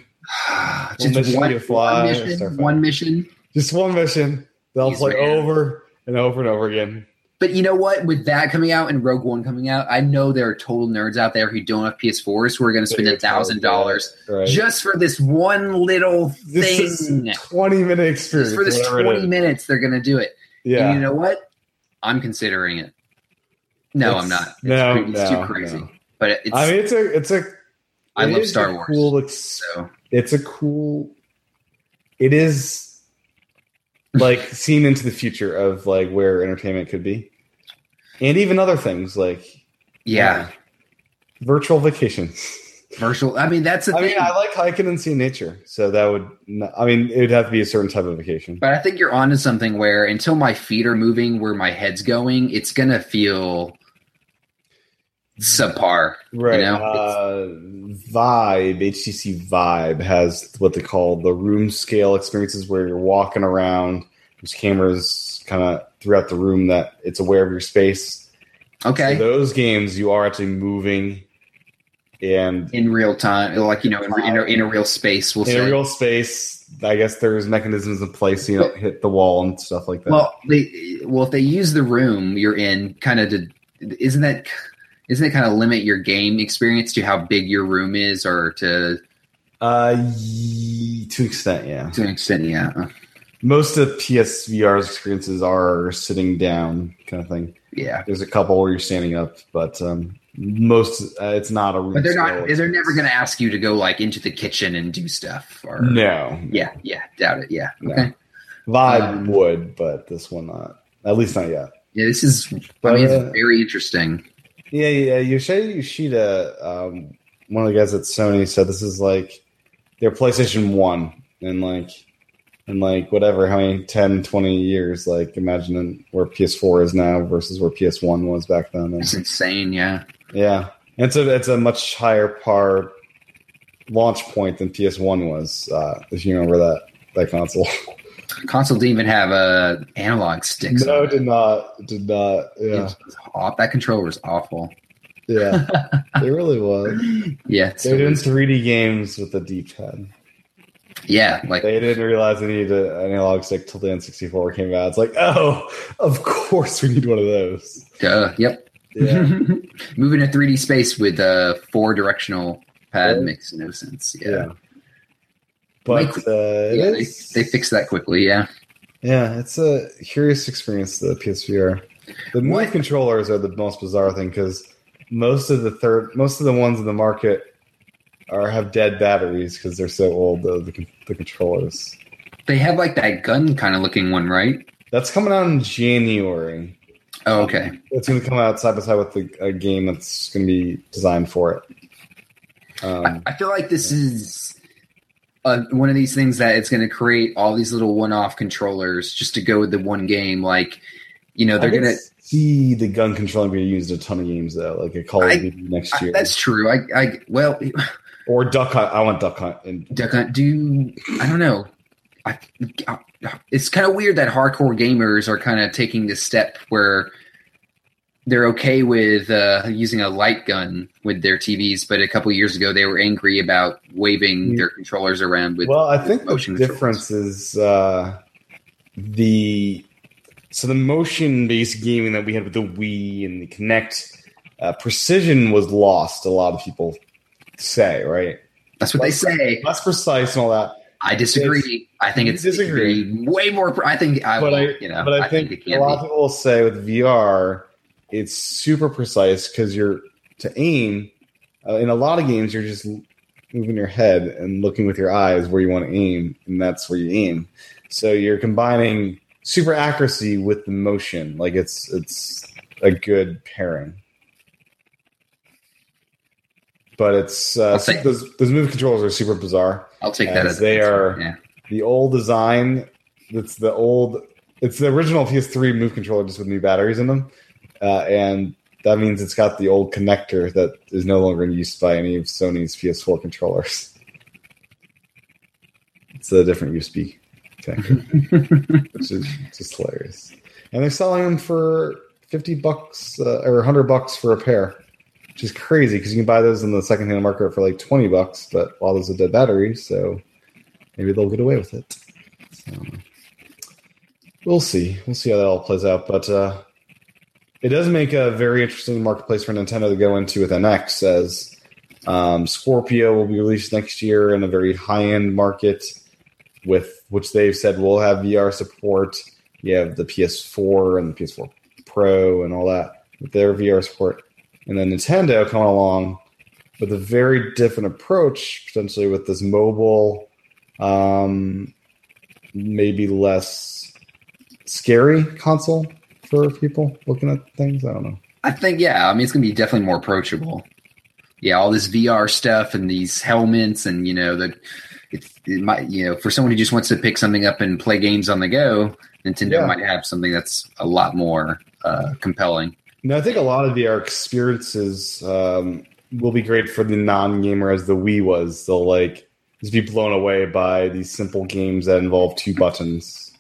[SPEAKER 3] Just
[SPEAKER 2] mission
[SPEAKER 3] one,
[SPEAKER 2] you fly,
[SPEAKER 3] one mission.
[SPEAKER 2] Starfighter.
[SPEAKER 3] One mission.
[SPEAKER 2] Just one mission. They'll
[SPEAKER 3] Jeez,
[SPEAKER 2] play
[SPEAKER 3] man.
[SPEAKER 2] over and over and over again.
[SPEAKER 3] But you know what? With that coming out and Rogue One coming out, I know there are total nerds out there who don't have PS4s who are going to spend a thousand dollars
[SPEAKER 2] Right.
[SPEAKER 3] just for this one little
[SPEAKER 2] this
[SPEAKER 3] thing.
[SPEAKER 2] is twenty minute experience.
[SPEAKER 3] Just for this
[SPEAKER 2] whatever it
[SPEAKER 3] twenty
[SPEAKER 2] is.
[SPEAKER 3] minutes, they're going to do it. And
[SPEAKER 2] Yeah.
[SPEAKER 3] you know what? I'm considering it. No,
[SPEAKER 2] It's-
[SPEAKER 3] I'm not. It's,
[SPEAKER 2] no,
[SPEAKER 3] cra- it's
[SPEAKER 2] no,
[SPEAKER 3] too crazy.
[SPEAKER 2] no.
[SPEAKER 3] But it's
[SPEAKER 2] I mean, it's a it's a.
[SPEAKER 3] I
[SPEAKER 2] it
[SPEAKER 3] love
[SPEAKER 2] is
[SPEAKER 3] Star
[SPEAKER 2] a
[SPEAKER 3] Wars.
[SPEAKER 2] Cool. It's
[SPEAKER 3] so
[SPEAKER 2] it's a cool. It is like seen into the future of like where entertainment could be, and even other things like
[SPEAKER 3] yeah,
[SPEAKER 2] virtual vacations.
[SPEAKER 3] virtual. I mean, that's the
[SPEAKER 2] I
[SPEAKER 3] thing.
[SPEAKER 2] mean, I like hiking and seeing nature, so that would. Not, I mean, it would have to be a certain type of vacation.
[SPEAKER 3] But I think you're onto something where until my feet are moving where my head's going, it's gonna feel subpar.
[SPEAKER 2] Right.
[SPEAKER 3] know?
[SPEAKER 2] uh, Vibe, HTC Vibe has what they call the room scale experiences where you're walking around, there's cameras kind of throughout the room that it's aware of your space.
[SPEAKER 3] Okay.
[SPEAKER 2] In those games, you are actually moving and
[SPEAKER 3] in real time, like you know, in, in, a, in a real space, we'll
[SPEAKER 2] in
[SPEAKER 3] say.
[SPEAKER 2] a real space. I guess there's mechanisms in place so you don't hit the wall and stuff like that.
[SPEAKER 3] well, they, well, if they use the room you're in, kind of, to, isn't that isn't it kind of limit your game experience to how big your room is, or to
[SPEAKER 2] uh, ye- to an extent, yeah.
[SPEAKER 3] to an extent? Yeah, Uh,
[SPEAKER 2] Most of PSVR's experiences are sitting down kind of thing.
[SPEAKER 3] yeah.
[SPEAKER 2] There's a couple where you're standing up, but um, most uh, it's not a. room
[SPEAKER 3] But they're not.
[SPEAKER 2] scale
[SPEAKER 3] They're
[SPEAKER 2] experience.
[SPEAKER 3] never going to ask you to go like into the kitchen and do stuff. Or
[SPEAKER 2] No,
[SPEAKER 3] yeah, yeah. Doubt it. Yeah.
[SPEAKER 2] No.
[SPEAKER 3] Okay.
[SPEAKER 2] vibe
[SPEAKER 3] Um,
[SPEAKER 2] would, but this one not. At least not yet.
[SPEAKER 3] Yeah, this is. I
[SPEAKER 2] But,
[SPEAKER 3] mean,
[SPEAKER 2] uh,
[SPEAKER 3] it's very interesting.
[SPEAKER 2] Yeah, yeah. Yoshida Yoshida, um, one of the guys at Sony, said this is like their PlayStation One, and like, and like whatever, how many 10, 20 years? Like, imagine where PS4 is now versus where PS1 was back then. And-
[SPEAKER 3] It's insane. Yeah,
[SPEAKER 2] Yeah, and so it's a much higher par launch point than PS1 was, uh, if you remember that that console.
[SPEAKER 3] console didn't even have a analog sticks.
[SPEAKER 2] no,
[SPEAKER 3] on
[SPEAKER 2] it did not, it did not.
[SPEAKER 3] It
[SPEAKER 2] Yeah,
[SPEAKER 3] was off. That controller was awful.
[SPEAKER 2] yeah, it really was.
[SPEAKER 3] Yeah,
[SPEAKER 2] They did
[SPEAKER 3] so,
[SPEAKER 2] 3D games with the D-pad.
[SPEAKER 3] yeah. Like
[SPEAKER 2] They didn't realize they needed an analog stick till the N64 came out. It's like, oh, of course we need one of those.
[SPEAKER 3] duh. Yep.
[SPEAKER 2] Yeah,
[SPEAKER 3] Moving to 3D space with a four directional pad
[SPEAKER 2] Yeah.
[SPEAKER 3] makes no sense.
[SPEAKER 2] yeah.
[SPEAKER 3] Yeah.
[SPEAKER 2] But uh, it
[SPEAKER 3] Yeah, they,
[SPEAKER 2] is-
[SPEAKER 3] they fixed that quickly. Yeah.
[SPEAKER 2] Yeah, it's a curious experience, the PSVR. The move
[SPEAKER 3] What-
[SPEAKER 2] controllers are the most bizarre thing because most of the third, most of the ones in the market are have dead batteries because they're so old. The, the, con- the controllers
[SPEAKER 3] They have like that gun kind of looking one, right?
[SPEAKER 2] that's coming out in January.
[SPEAKER 3] Oh, okay.
[SPEAKER 2] It's going to come out side by side with the, a game that's going to be designed for it. Um,
[SPEAKER 3] I feel like this is uh one of these things that it's going to create all these little one-off controllers just to go with the one game. Like, you know,
[SPEAKER 2] I
[SPEAKER 3] they're
[SPEAKER 2] can
[SPEAKER 3] going to.
[SPEAKER 2] see the gun controlling being used in a ton of games though, like a Call of
[SPEAKER 3] I-
[SPEAKER 2] Duty next year
[SPEAKER 3] That's true. I, I well,
[SPEAKER 2] or Duck Hunt. I want Duck Hunt in
[SPEAKER 3] Duck Hunt. Do I don't know. I, I- it's kind of weird that hardcore gamers are kind of taking this step where they're okay with uh, using a light gun with their TVs, but a couple years ago they were angry about waving their controllers around with.
[SPEAKER 2] Mm. well i think the
[SPEAKER 3] motion controls.
[SPEAKER 2] difference is uh, the so the motion based gaming that we had with the wii and the connect uh, precision was lost a lot of people say right
[SPEAKER 3] that's what they say.
[SPEAKER 2] less precise and all that
[SPEAKER 3] I disagree. I think it's
[SPEAKER 2] Disagree.
[SPEAKER 3] way more. I think I,
[SPEAKER 2] but i
[SPEAKER 3] you know,
[SPEAKER 2] but i, think,
[SPEAKER 3] it
[SPEAKER 2] a lot
[SPEAKER 3] can
[SPEAKER 2] of
[SPEAKER 3] be.
[SPEAKER 2] people will say with vr It's super precise because you're to aim uh, in a lot of games. You're just moving your head and looking with your eyes where you want to aim, and that's where you aim. So you're combining super accuracy with the motion. Like it's it's a good pairing. But it's uh,
[SPEAKER 3] I'll take-
[SPEAKER 2] those those move controls are super bizarre.
[SPEAKER 3] I'll take
[SPEAKER 2] Yes,
[SPEAKER 3] that as
[SPEAKER 2] they
[SPEAKER 3] that's-
[SPEAKER 2] are-
[SPEAKER 3] Yeah.
[SPEAKER 2] The old design, that's the old, it's the original PS3 Move controller just with new batteries in them, uh, and that means it's got the old connector that is no longer in use by any of Sony's PS4 controllers. It's a different USB connector, which is just hilarious. And they're selling them for fifty bucks uh, or hundred bucks for a pair, which is crazy because you can buy those in the secondhand market for like twenty bucks. But while there's a dead battery, so maybe they'll get away with it. So, we'll see. We'll see how that all plays out. But uh, it does make a very interesting marketplace for Nintendo to go into with NX, as um, Scorpio will be released next year in a very high-end market, with which they've said will have VR support. You have the PS4 and the PS4 Pro and all that with their VR support, and then Nintendo coming along with a very different approach potentially with this mobile um, maybe less scary console for people looking at things. I don't know.
[SPEAKER 3] I think yeah. I mean, it's gonna be definitely more approachable. Yeah, all this VR stuff and these helmets, and you know the it, it might you know for someone who just wants to pick something up and play games on the go, Nintendo
[SPEAKER 2] Yeah.
[SPEAKER 3] might have something that's a lot more uh, compelling.
[SPEAKER 2] No, I think a lot of VR experiences um, will be great for the non-gamer, as the Wii was. They'll like just be blown away by these simple games that involve two buttons.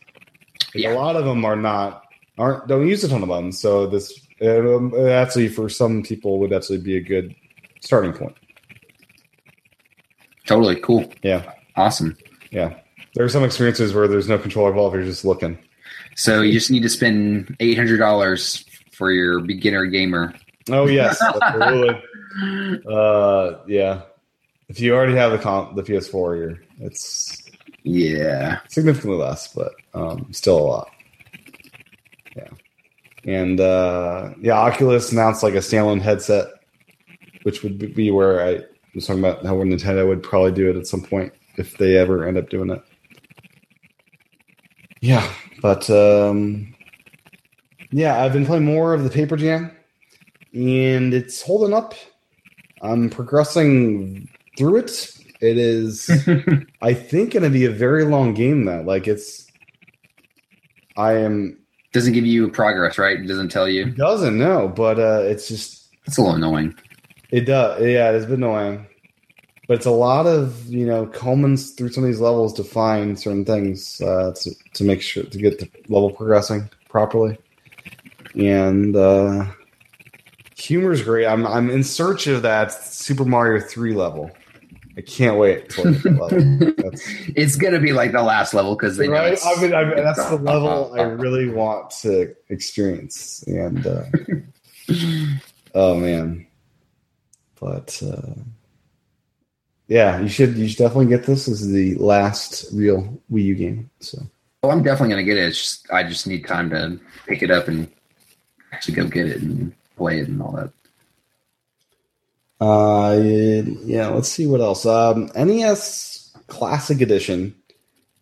[SPEAKER 2] Like,
[SPEAKER 3] Yeah.
[SPEAKER 2] A lot of them are not aren't don't use a ton of buttons, so this um, actually for some people would actually be a good starting point.
[SPEAKER 3] Totally cool.
[SPEAKER 2] Yeah.
[SPEAKER 3] Awesome.
[SPEAKER 2] Yeah. There are some experiences where there's no control involved. You're just looking.
[SPEAKER 3] So you just need to spend eight hundred dollars for your beginner gamer.
[SPEAKER 2] Oh yes, absolutely. uh, yeah. If you already have the comp, the PS4, you're, it's
[SPEAKER 3] Yeah.
[SPEAKER 2] significantly less, but um, still a lot. Yeah. And uh, yeah, Oculus announced like a standalone headset, which would be where I was talking about how Nintendo would probably do it at some point if they ever end up doing it. Yeah, but um, yeah, I've been playing more of the Paper Jam, and it's holding up. I'm progressing through it. It is. I think going to be a very long game though. Like it's, I am
[SPEAKER 3] Doesn't give you progress, right? It doesn't tell you.
[SPEAKER 2] doesn't know, but uh, it's just
[SPEAKER 3] That's a little annoying.
[SPEAKER 2] it does. Yeah, it's been annoying, but it's a lot of you know combings through some of these levels to find certain things uh, to to make sure to get the level progressing properly, and uh, humor's great. I'm I'm in search of that Super Mario three level. I can't wait till I get that level. That's
[SPEAKER 3] It's gonna be like the last level because they know
[SPEAKER 2] right?
[SPEAKER 3] it's,
[SPEAKER 2] I mean, I mean,
[SPEAKER 3] it's-
[SPEAKER 2] that's the level I really want to experience, and uh, oh man, but uh, yeah, you should you should definitely get this. This is the last real Wii U game, so
[SPEAKER 3] Oh, I'm definitely gonna get it. It's just I just need time to pick it up and actually go get it and play it and all that.
[SPEAKER 2] uh, yeah. Let's see what else. Um, NES Classic Edition.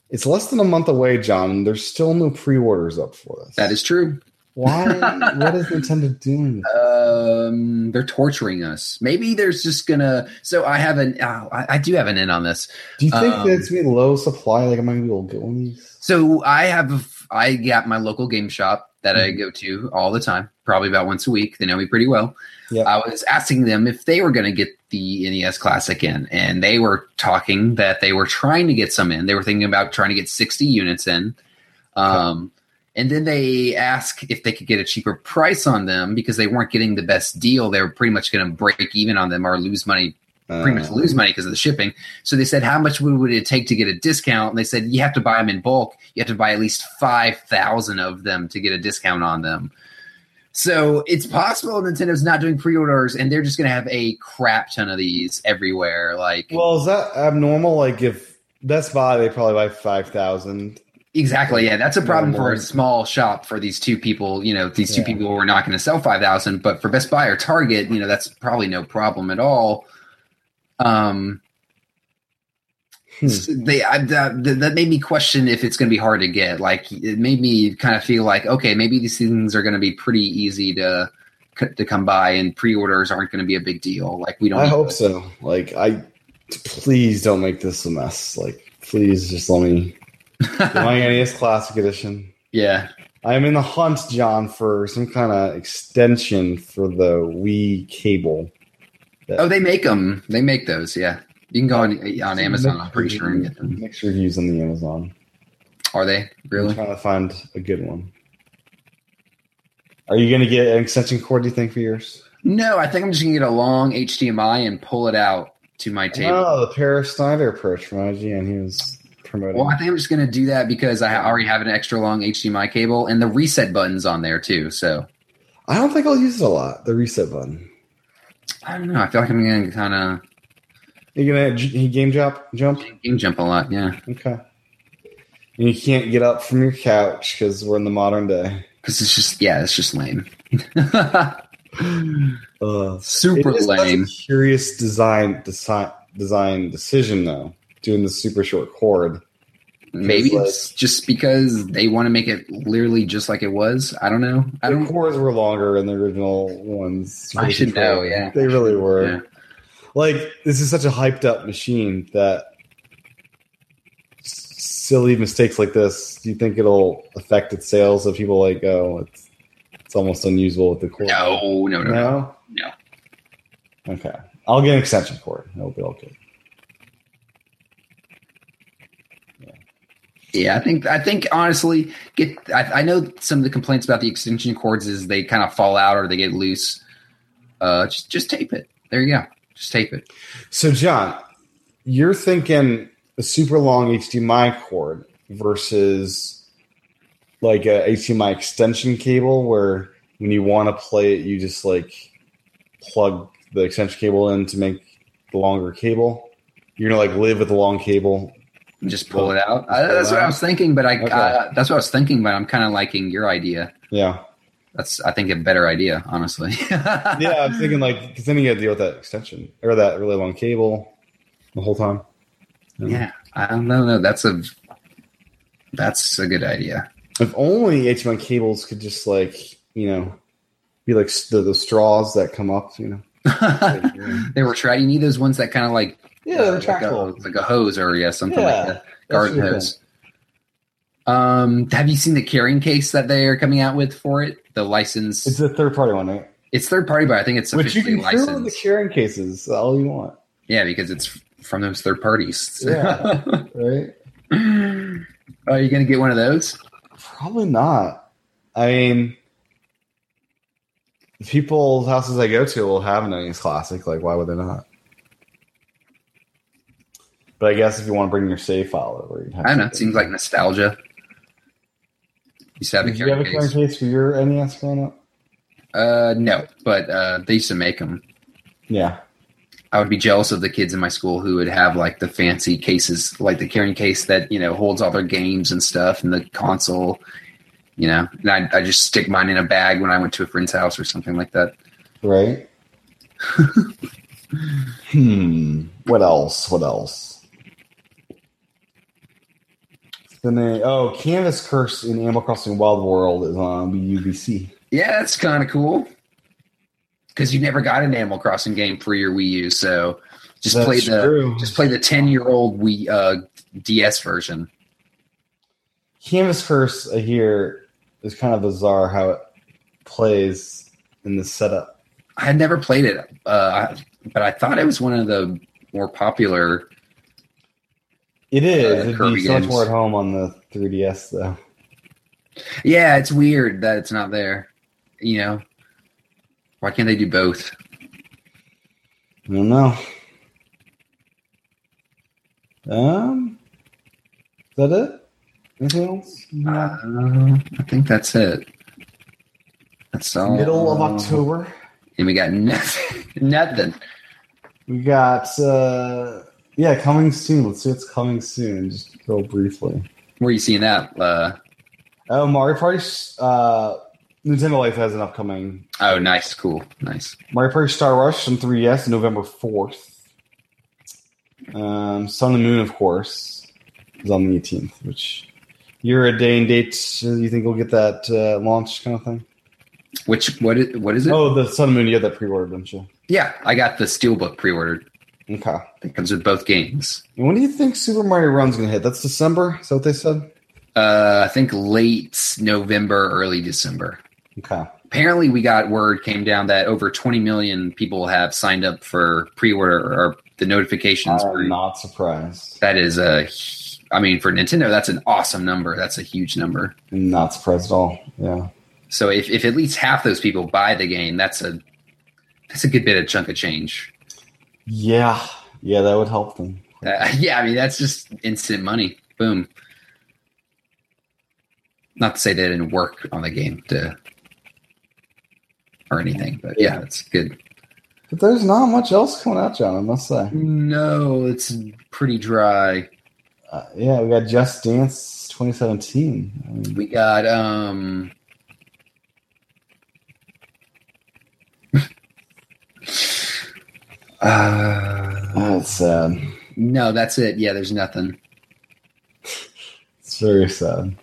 [SPEAKER 2] It's less than a month away, John. and There's still no pre-orders up for this.
[SPEAKER 3] That is true.
[SPEAKER 2] why. what is Nintendo doing?
[SPEAKER 3] Um, they're torturing us. Maybe there's just gonna. So I have an. Oh, I, I do have an in on this.
[SPEAKER 2] Do you think
[SPEAKER 3] Um,
[SPEAKER 2] that it's gonna be low supply? Like, am I gonna be able to get one of these?
[SPEAKER 3] So I have I got my local game shop that I go to all the time, probably about once a week. They know me pretty well.
[SPEAKER 2] Yep.
[SPEAKER 3] I was asking them if they were going to get the NES Classic in, and they were talking that they were trying to get some in. They were thinking about trying to get 60 units in. Um, and then they ask if they could get a cheaper price on them because they weren't getting the best deal. They were pretty much going to break even on them or lose money pretty much
[SPEAKER 2] Uh,
[SPEAKER 3] lose money because of the shipping. So they said, how much would, would it take to get a discount? And they said, you have to buy them in bulk. You have to buy at least 5,000 of them to get a discount on them. So it's possible Nintendo's not doing pre-orders and they're just going to have a crap ton of these everywhere. Like,
[SPEAKER 2] Well, is that abnormal? Like, if Best Buy, they probably buy five thousand,
[SPEAKER 3] Exactly. Yeah, that's a problem for
[SPEAKER 2] more.
[SPEAKER 3] a small shop for these two people. You know, these two
[SPEAKER 2] Yeah.
[SPEAKER 3] people were not going to sell five thousand, but for Best Buy or Target, you know, that's probably no problem at all. Um,
[SPEAKER 2] Hmm.
[SPEAKER 3] s- they I, that, that that made me question if it's going to be hard to get. Like, it made me kind of feel like, okay, maybe these things are going to be pretty easy to c- to come by, and pre-orders aren't going to be a big deal. Like, we don't.
[SPEAKER 2] I
[SPEAKER 3] need
[SPEAKER 2] hope
[SPEAKER 3] to-
[SPEAKER 2] so. Like I, please don't make this a mess. Like please just let me. my NES Classic Edition.
[SPEAKER 3] yeah.
[SPEAKER 2] I'm in the hunt, John, for some kind of extension for the Wii cable.
[SPEAKER 3] Oh, they make them. They make those. Yeah, you can go on on Amazon. I'm pretty sure and get them.
[SPEAKER 2] Mixed reviews on the Amazon.
[SPEAKER 3] Are they
[SPEAKER 2] I'm
[SPEAKER 3] really?
[SPEAKER 2] trying to find a good one. Are you going to get an extension cord? Do you think for yours?
[SPEAKER 3] No, I think I'm just gonna get a long HDMI and pull it out to my table.
[SPEAKER 2] Oh, the Paris Snyder approach from IGN. He was promoting.
[SPEAKER 3] Well, I think I'm just gonna do that because I already have an extra long HDMI cable and the reset button's on there too. So
[SPEAKER 2] I don't think I'll use it a lot. The reset button.
[SPEAKER 3] I don't know. I feel like I'm gonna kind
[SPEAKER 2] You gonna j- game jump? Jump?
[SPEAKER 3] of game jump a lot. Yeah,
[SPEAKER 2] Okay. And you can't get up from your couch because we're in the modern day.
[SPEAKER 3] because it's just yeah, it's just lame.
[SPEAKER 2] Ugh.
[SPEAKER 3] Super
[SPEAKER 2] It is such a
[SPEAKER 3] lame.
[SPEAKER 2] curious design, design design decision though. Doing the super short cord.
[SPEAKER 3] Maybe
[SPEAKER 2] like-
[SPEAKER 3] it's just because they want to make it literally just like it was. I don't know. I
[SPEAKER 2] The
[SPEAKER 3] don't.
[SPEAKER 2] cords were longer in the original ones. for
[SPEAKER 3] I
[SPEAKER 2] the
[SPEAKER 3] should
[SPEAKER 2] controller.
[SPEAKER 3] know, yeah.
[SPEAKER 2] they really were.
[SPEAKER 3] Yeah.
[SPEAKER 2] Like this is such a hyped up machine that s- silly mistakes like this. Do you think it'll affect its sales if people like oh it's it's almost unusable with the cord?
[SPEAKER 3] No, no, no, no.
[SPEAKER 2] No? Okay. I'll get an extension cord. It'll be all good.
[SPEAKER 3] Yeah, I think I think honestly, get I, I know some of the complaints about the extension cords is they kind of fall out or they get loose. Uh, just just tape it. There you go. Just tape it.
[SPEAKER 2] So, John, you're thinking a super long HDMI cord versus like a HDMI extension cable where when you want to play it, you just like plug the extension cable in to make the longer cable. You're gonna like live with the long cable.
[SPEAKER 3] Just pull it out. I, that's what I was thinking, but I
[SPEAKER 2] Okay.
[SPEAKER 3] uh, that's what I was thinking, but I'm kind of liking your idea.
[SPEAKER 2] Yeah,
[SPEAKER 3] That's I think a better idea, honestly.
[SPEAKER 2] yeah. I was thinking like because then you got to deal with that extension or that really long cable the whole time.
[SPEAKER 3] yeah. I don't know. That's a that's a good idea.
[SPEAKER 2] If only HDMI cables could just like you know be like s- the, the straws that come up, you know.
[SPEAKER 3] they were trying. You need those ones that kind of like
[SPEAKER 2] Yeah,
[SPEAKER 3] uh,
[SPEAKER 2] they're
[SPEAKER 3] like, a,
[SPEAKER 2] retractable.
[SPEAKER 3] like a hose or yeah, something
[SPEAKER 2] Yeah,
[SPEAKER 3] like that. garden
[SPEAKER 2] really
[SPEAKER 3] hose. Um, have you seen the carrying case that they are coming out with for it? The license,
[SPEAKER 2] It's
[SPEAKER 3] it's,
[SPEAKER 2] a third party one, right?
[SPEAKER 3] third party, but I think it's
[SPEAKER 2] Which you can
[SPEAKER 3] officially
[SPEAKER 2] fill with the
[SPEAKER 3] licensed.
[SPEAKER 2] sharing cases all you want,
[SPEAKER 3] yeah, because it's from those third parties.
[SPEAKER 2] Yeah. right?
[SPEAKER 3] are you going to get one of those?
[SPEAKER 2] Probably not. I mean, the people's houses I go to will have an Onions Classic. Like, why would they not? But I guess if you want to bring your save file over, you'd have
[SPEAKER 3] I don't
[SPEAKER 2] to-
[SPEAKER 3] know. It seems like nostalgia. You used to have a
[SPEAKER 2] Did you have
[SPEAKER 3] carrying
[SPEAKER 2] a carrying
[SPEAKER 3] case.
[SPEAKER 2] case for your NES growing up?
[SPEAKER 3] Uh, no, but uh, they used to make them.
[SPEAKER 2] Yeah.
[SPEAKER 3] I would be jealous of the kids in my school who would have like the fancy cases, like the carrying case that you know holds all their games and stuff, and the console. You know, and I I just stick mine in a bag when I went to a friend's house or something like that.
[SPEAKER 2] Right? hmm. What else? What else? The name, oh, Canvas Curse in Animal Crossing Wild World is on UBC.
[SPEAKER 3] Yeah, that's kind of cool. Because you never got an Animal Crossing game for your Wii U, so just
[SPEAKER 2] That's
[SPEAKER 3] play the
[SPEAKER 2] true.
[SPEAKER 3] just play the ten year old Wii uh, DS version.
[SPEAKER 2] Canvas Curse, I hear, is kind of bizarre how it plays in the setup.
[SPEAKER 3] I had never played it, uh, but I thought it was one of the more popular
[SPEAKER 2] It
[SPEAKER 3] Uh,
[SPEAKER 2] is. It'd
[SPEAKER 3] Kirby
[SPEAKER 2] be so much
[SPEAKER 3] games.
[SPEAKER 2] more at home on the 3DS, though.
[SPEAKER 3] Yeah, it's weird that it's not there. You know, why can't they do both?
[SPEAKER 2] I don't know. Um, is that it? Anything else?
[SPEAKER 3] Uh, I think that's it. That's all.
[SPEAKER 2] Middle of October,
[SPEAKER 3] and we got nothing. nothing.
[SPEAKER 2] we got uh, yeah, coming soon. Let's see what's coming soon, just real briefly.
[SPEAKER 3] Where are you seeing that? Uh,
[SPEAKER 2] Oh, Mario Party. Uh, Nintendo Life has an upcoming
[SPEAKER 3] oh, nice, cool, nice.
[SPEAKER 2] Mario Party Star Rush on 3DS, November 4th. Um, Sun and Moon, of course, is on the 18th, which you're a day and date. uh, You think we'll get that uh, launch kind of thing?
[SPEAKER 3] Which what is, what is it?
[SPEAKER 2] Oh, the Sun and Moon, you had that pre ordered, didn't you?
[SPEAKER 3] Yeah, I got the Steelbook pre-ordered.
[SPEAKER 2] Okay.
[SPEAKER 3] It comes with both games.
[SPEAKER 2] And when do you think Super Mario Run's going to hit? That's December? Is that what they said?
[SPEAKER 3] Uh, I think late November, early December.
[SPEAKER 2] Okay.
[SPEAKER 3] Apparently, we got word came down that over 20 million people have signed up for pre-order or the notifications. for-
[SPEAKER 2] I'm not surprised.
[SPEAKER 3] that is a, hu- I mean, for Nintendo, that's an awesome number. That's a huge number.
[SPEAKER 2] I'm not surprised at all. Yeah.
[SPEAKER 3] So if, if at least half those people buy the game, that's a that's a good bit of chunk of change.
[SPEAKER 2] Yeah. Yeah, that would help them.
[SPEAKER 3] Uh, yeah, I mean that's just instant money. Boom. Not to say they didn't work on the game to or anything, but yeah, it's good.
[SPEAKER 2] But there's not much else coming out, John, I must say.
[SPEAKER 3] No, it's pretty dry.
[SPEAKER 2] Uh, yeah, we got Just Dance 2017. I mean,
[SPEAKER 3] We got um uh
[SPEAKER 2] that's sad.
[SPEAKER 3] no, that's it. Yeah, there's nothing.
[SPEAKER 2] It's very sad.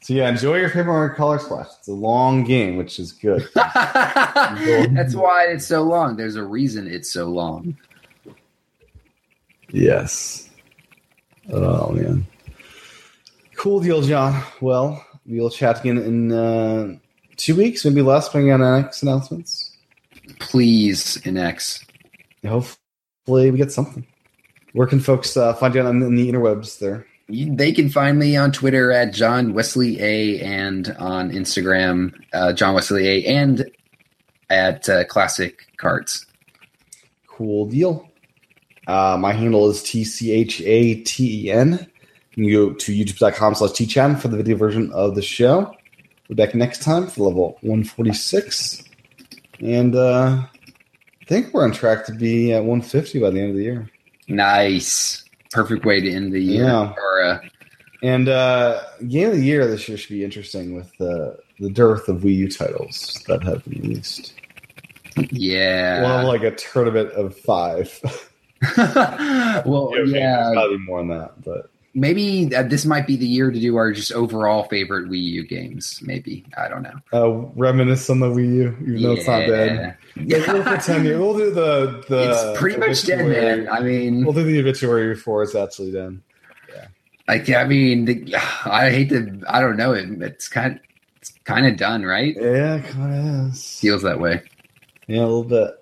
[SPEAKER 2] So yeah, enjoy your favorite Mario Color Splash. It's a long game, which is good.
[SPEAKER 3] That's why it's so long. There's a reason it's so long.
[SPEAKER 2] yes. Oh man. Cool deal, John. Well, we'll chat again in uh, two weeks, maybe less, depending on next announcements.
[SPEAKER 3] Please, NX.
[SPEAKER 2] Hopefully, we get something. Where can folks uh, find you on, on the interwebs? There.
[SPEAKER 3] You, they can find me on Twitter at John Wesley A and on Instagram, uh, John Wesley A and at uh, Classic Carts.
[SPEAKER 2] Cool deal. Uh, my handle is T-C-H-A-T-E-N. E You can go to youtube.com slash tchan for the video version of the show. We'll be back next time for level 146. And uh, I think we're on track to be at 150 by the end of the year.
[SPEAKER 3] Nice. Perfect way to end the year.
[SPEAKER 2] Yeah.
[SPEAKER 3] Or, uh,
[SPEAKER 2] And uh, game of the year this year should be interesting with uh, the dearth of Wii U titles that have been released.
[SPEAKER 3] yeah.
[SPEAKER 2] We'll have like a tournament of five.
[SPEAKER 3] well,
[SPEAKER 2] Okay,
[SPEAKER 3] yeah.
[SPEAKER 2] There's probably more than that, but
[SPEAKER 3] Maybe uh, this might be the year to do our just overall favorite Wii U games. Maybe. I don't know.
[SPEAKER 2] uh, reminisce on the Wii U, even though it's not bad. Yeah, we'll pretend it- we'll do the the.
[SPEAKER 3] it's pretty much dead, man. I mean,
[SPEAKER 2] We'll do the obituary before it's actually done.
[SPEAKER 3] like, I mean, the, I hate to, I don't know. It, it's kind, it's kind of done, right? It
[SPEAKER 2] Yeah, kind of is.
[SPEAKER 3] feels that way.
[SPEAKER 2] Yeah, a little bit.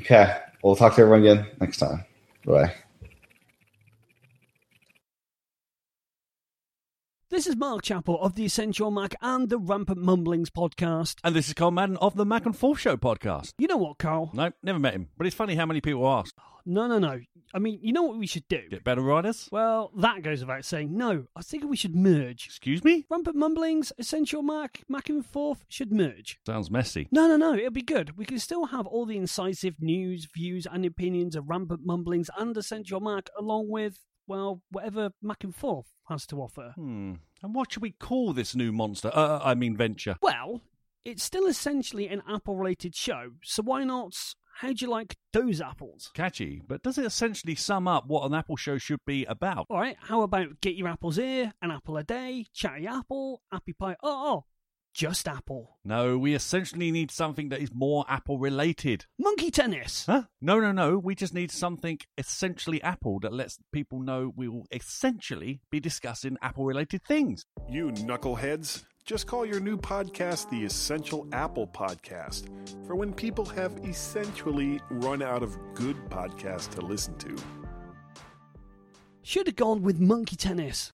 [SPEAKER 2] Okay, we'll talk to everyone again next time. Bye.
[SPEAKER 4] This is Mark Chappell of the Essential Mac and the Rampant Mumblings podcast.
[SPEAKER 5] And this is Carl Madden of the Mac and Forth Show podcast.
[SPEAKER 4] You know what, Carl?
[SPEAKER 5] No, never met him, but it's funny how many people ask.
[SPEAKER 4] No, no, no. I mean, you know what we should do?
[SPEAKER 5] Get better riders?
[SPEAKER 4] Well, that goes without saying. No, I think we should merge.
[SPEAKER 5] Excuse me?
[SPEAKER 4] Rampant Mumblings, Essential Mac, Mac and Forth should merge.
[SPEAKER 5] Sounds messy.
[SPEAKER 4] No, no, no. It'll be good. We can still have all the incisive news, views, and opinions of Rampant Mumblings and Essential Mac, along with, well, whatever Mac and Forth has to offer.
[SPEAKER 5] Hmm. And what should we call this new monster? Uh, I mean, venture.
[SPEAKER 4] Well, it's still essentially an apple related show, so why not? How'd you like those apples?
[SPEAKER 5] Catchy, but does it essentially sum up what an Apple show should be about?
[SPEAKER 4] All right, how about get your apples here, an apple a day, chatty apple, happy pie? Oh, oh just apple.
[SPEAKER 5] No, we essentially need something that is more Apple related.
[SPEAKER 4] Monkey tennis.
[SPEAKER 5] Huh? No, no, no. We just need something essentially Apple that lets people know we will essentially be discussing Apple related things.
[SPEAKER 6] You knuckleheads, just call your new podcast the Essential Apple Podcast for when people have essentially run out of good podcasts to listen to.
[SPEAKER 4] Should have gone with monkey tennis.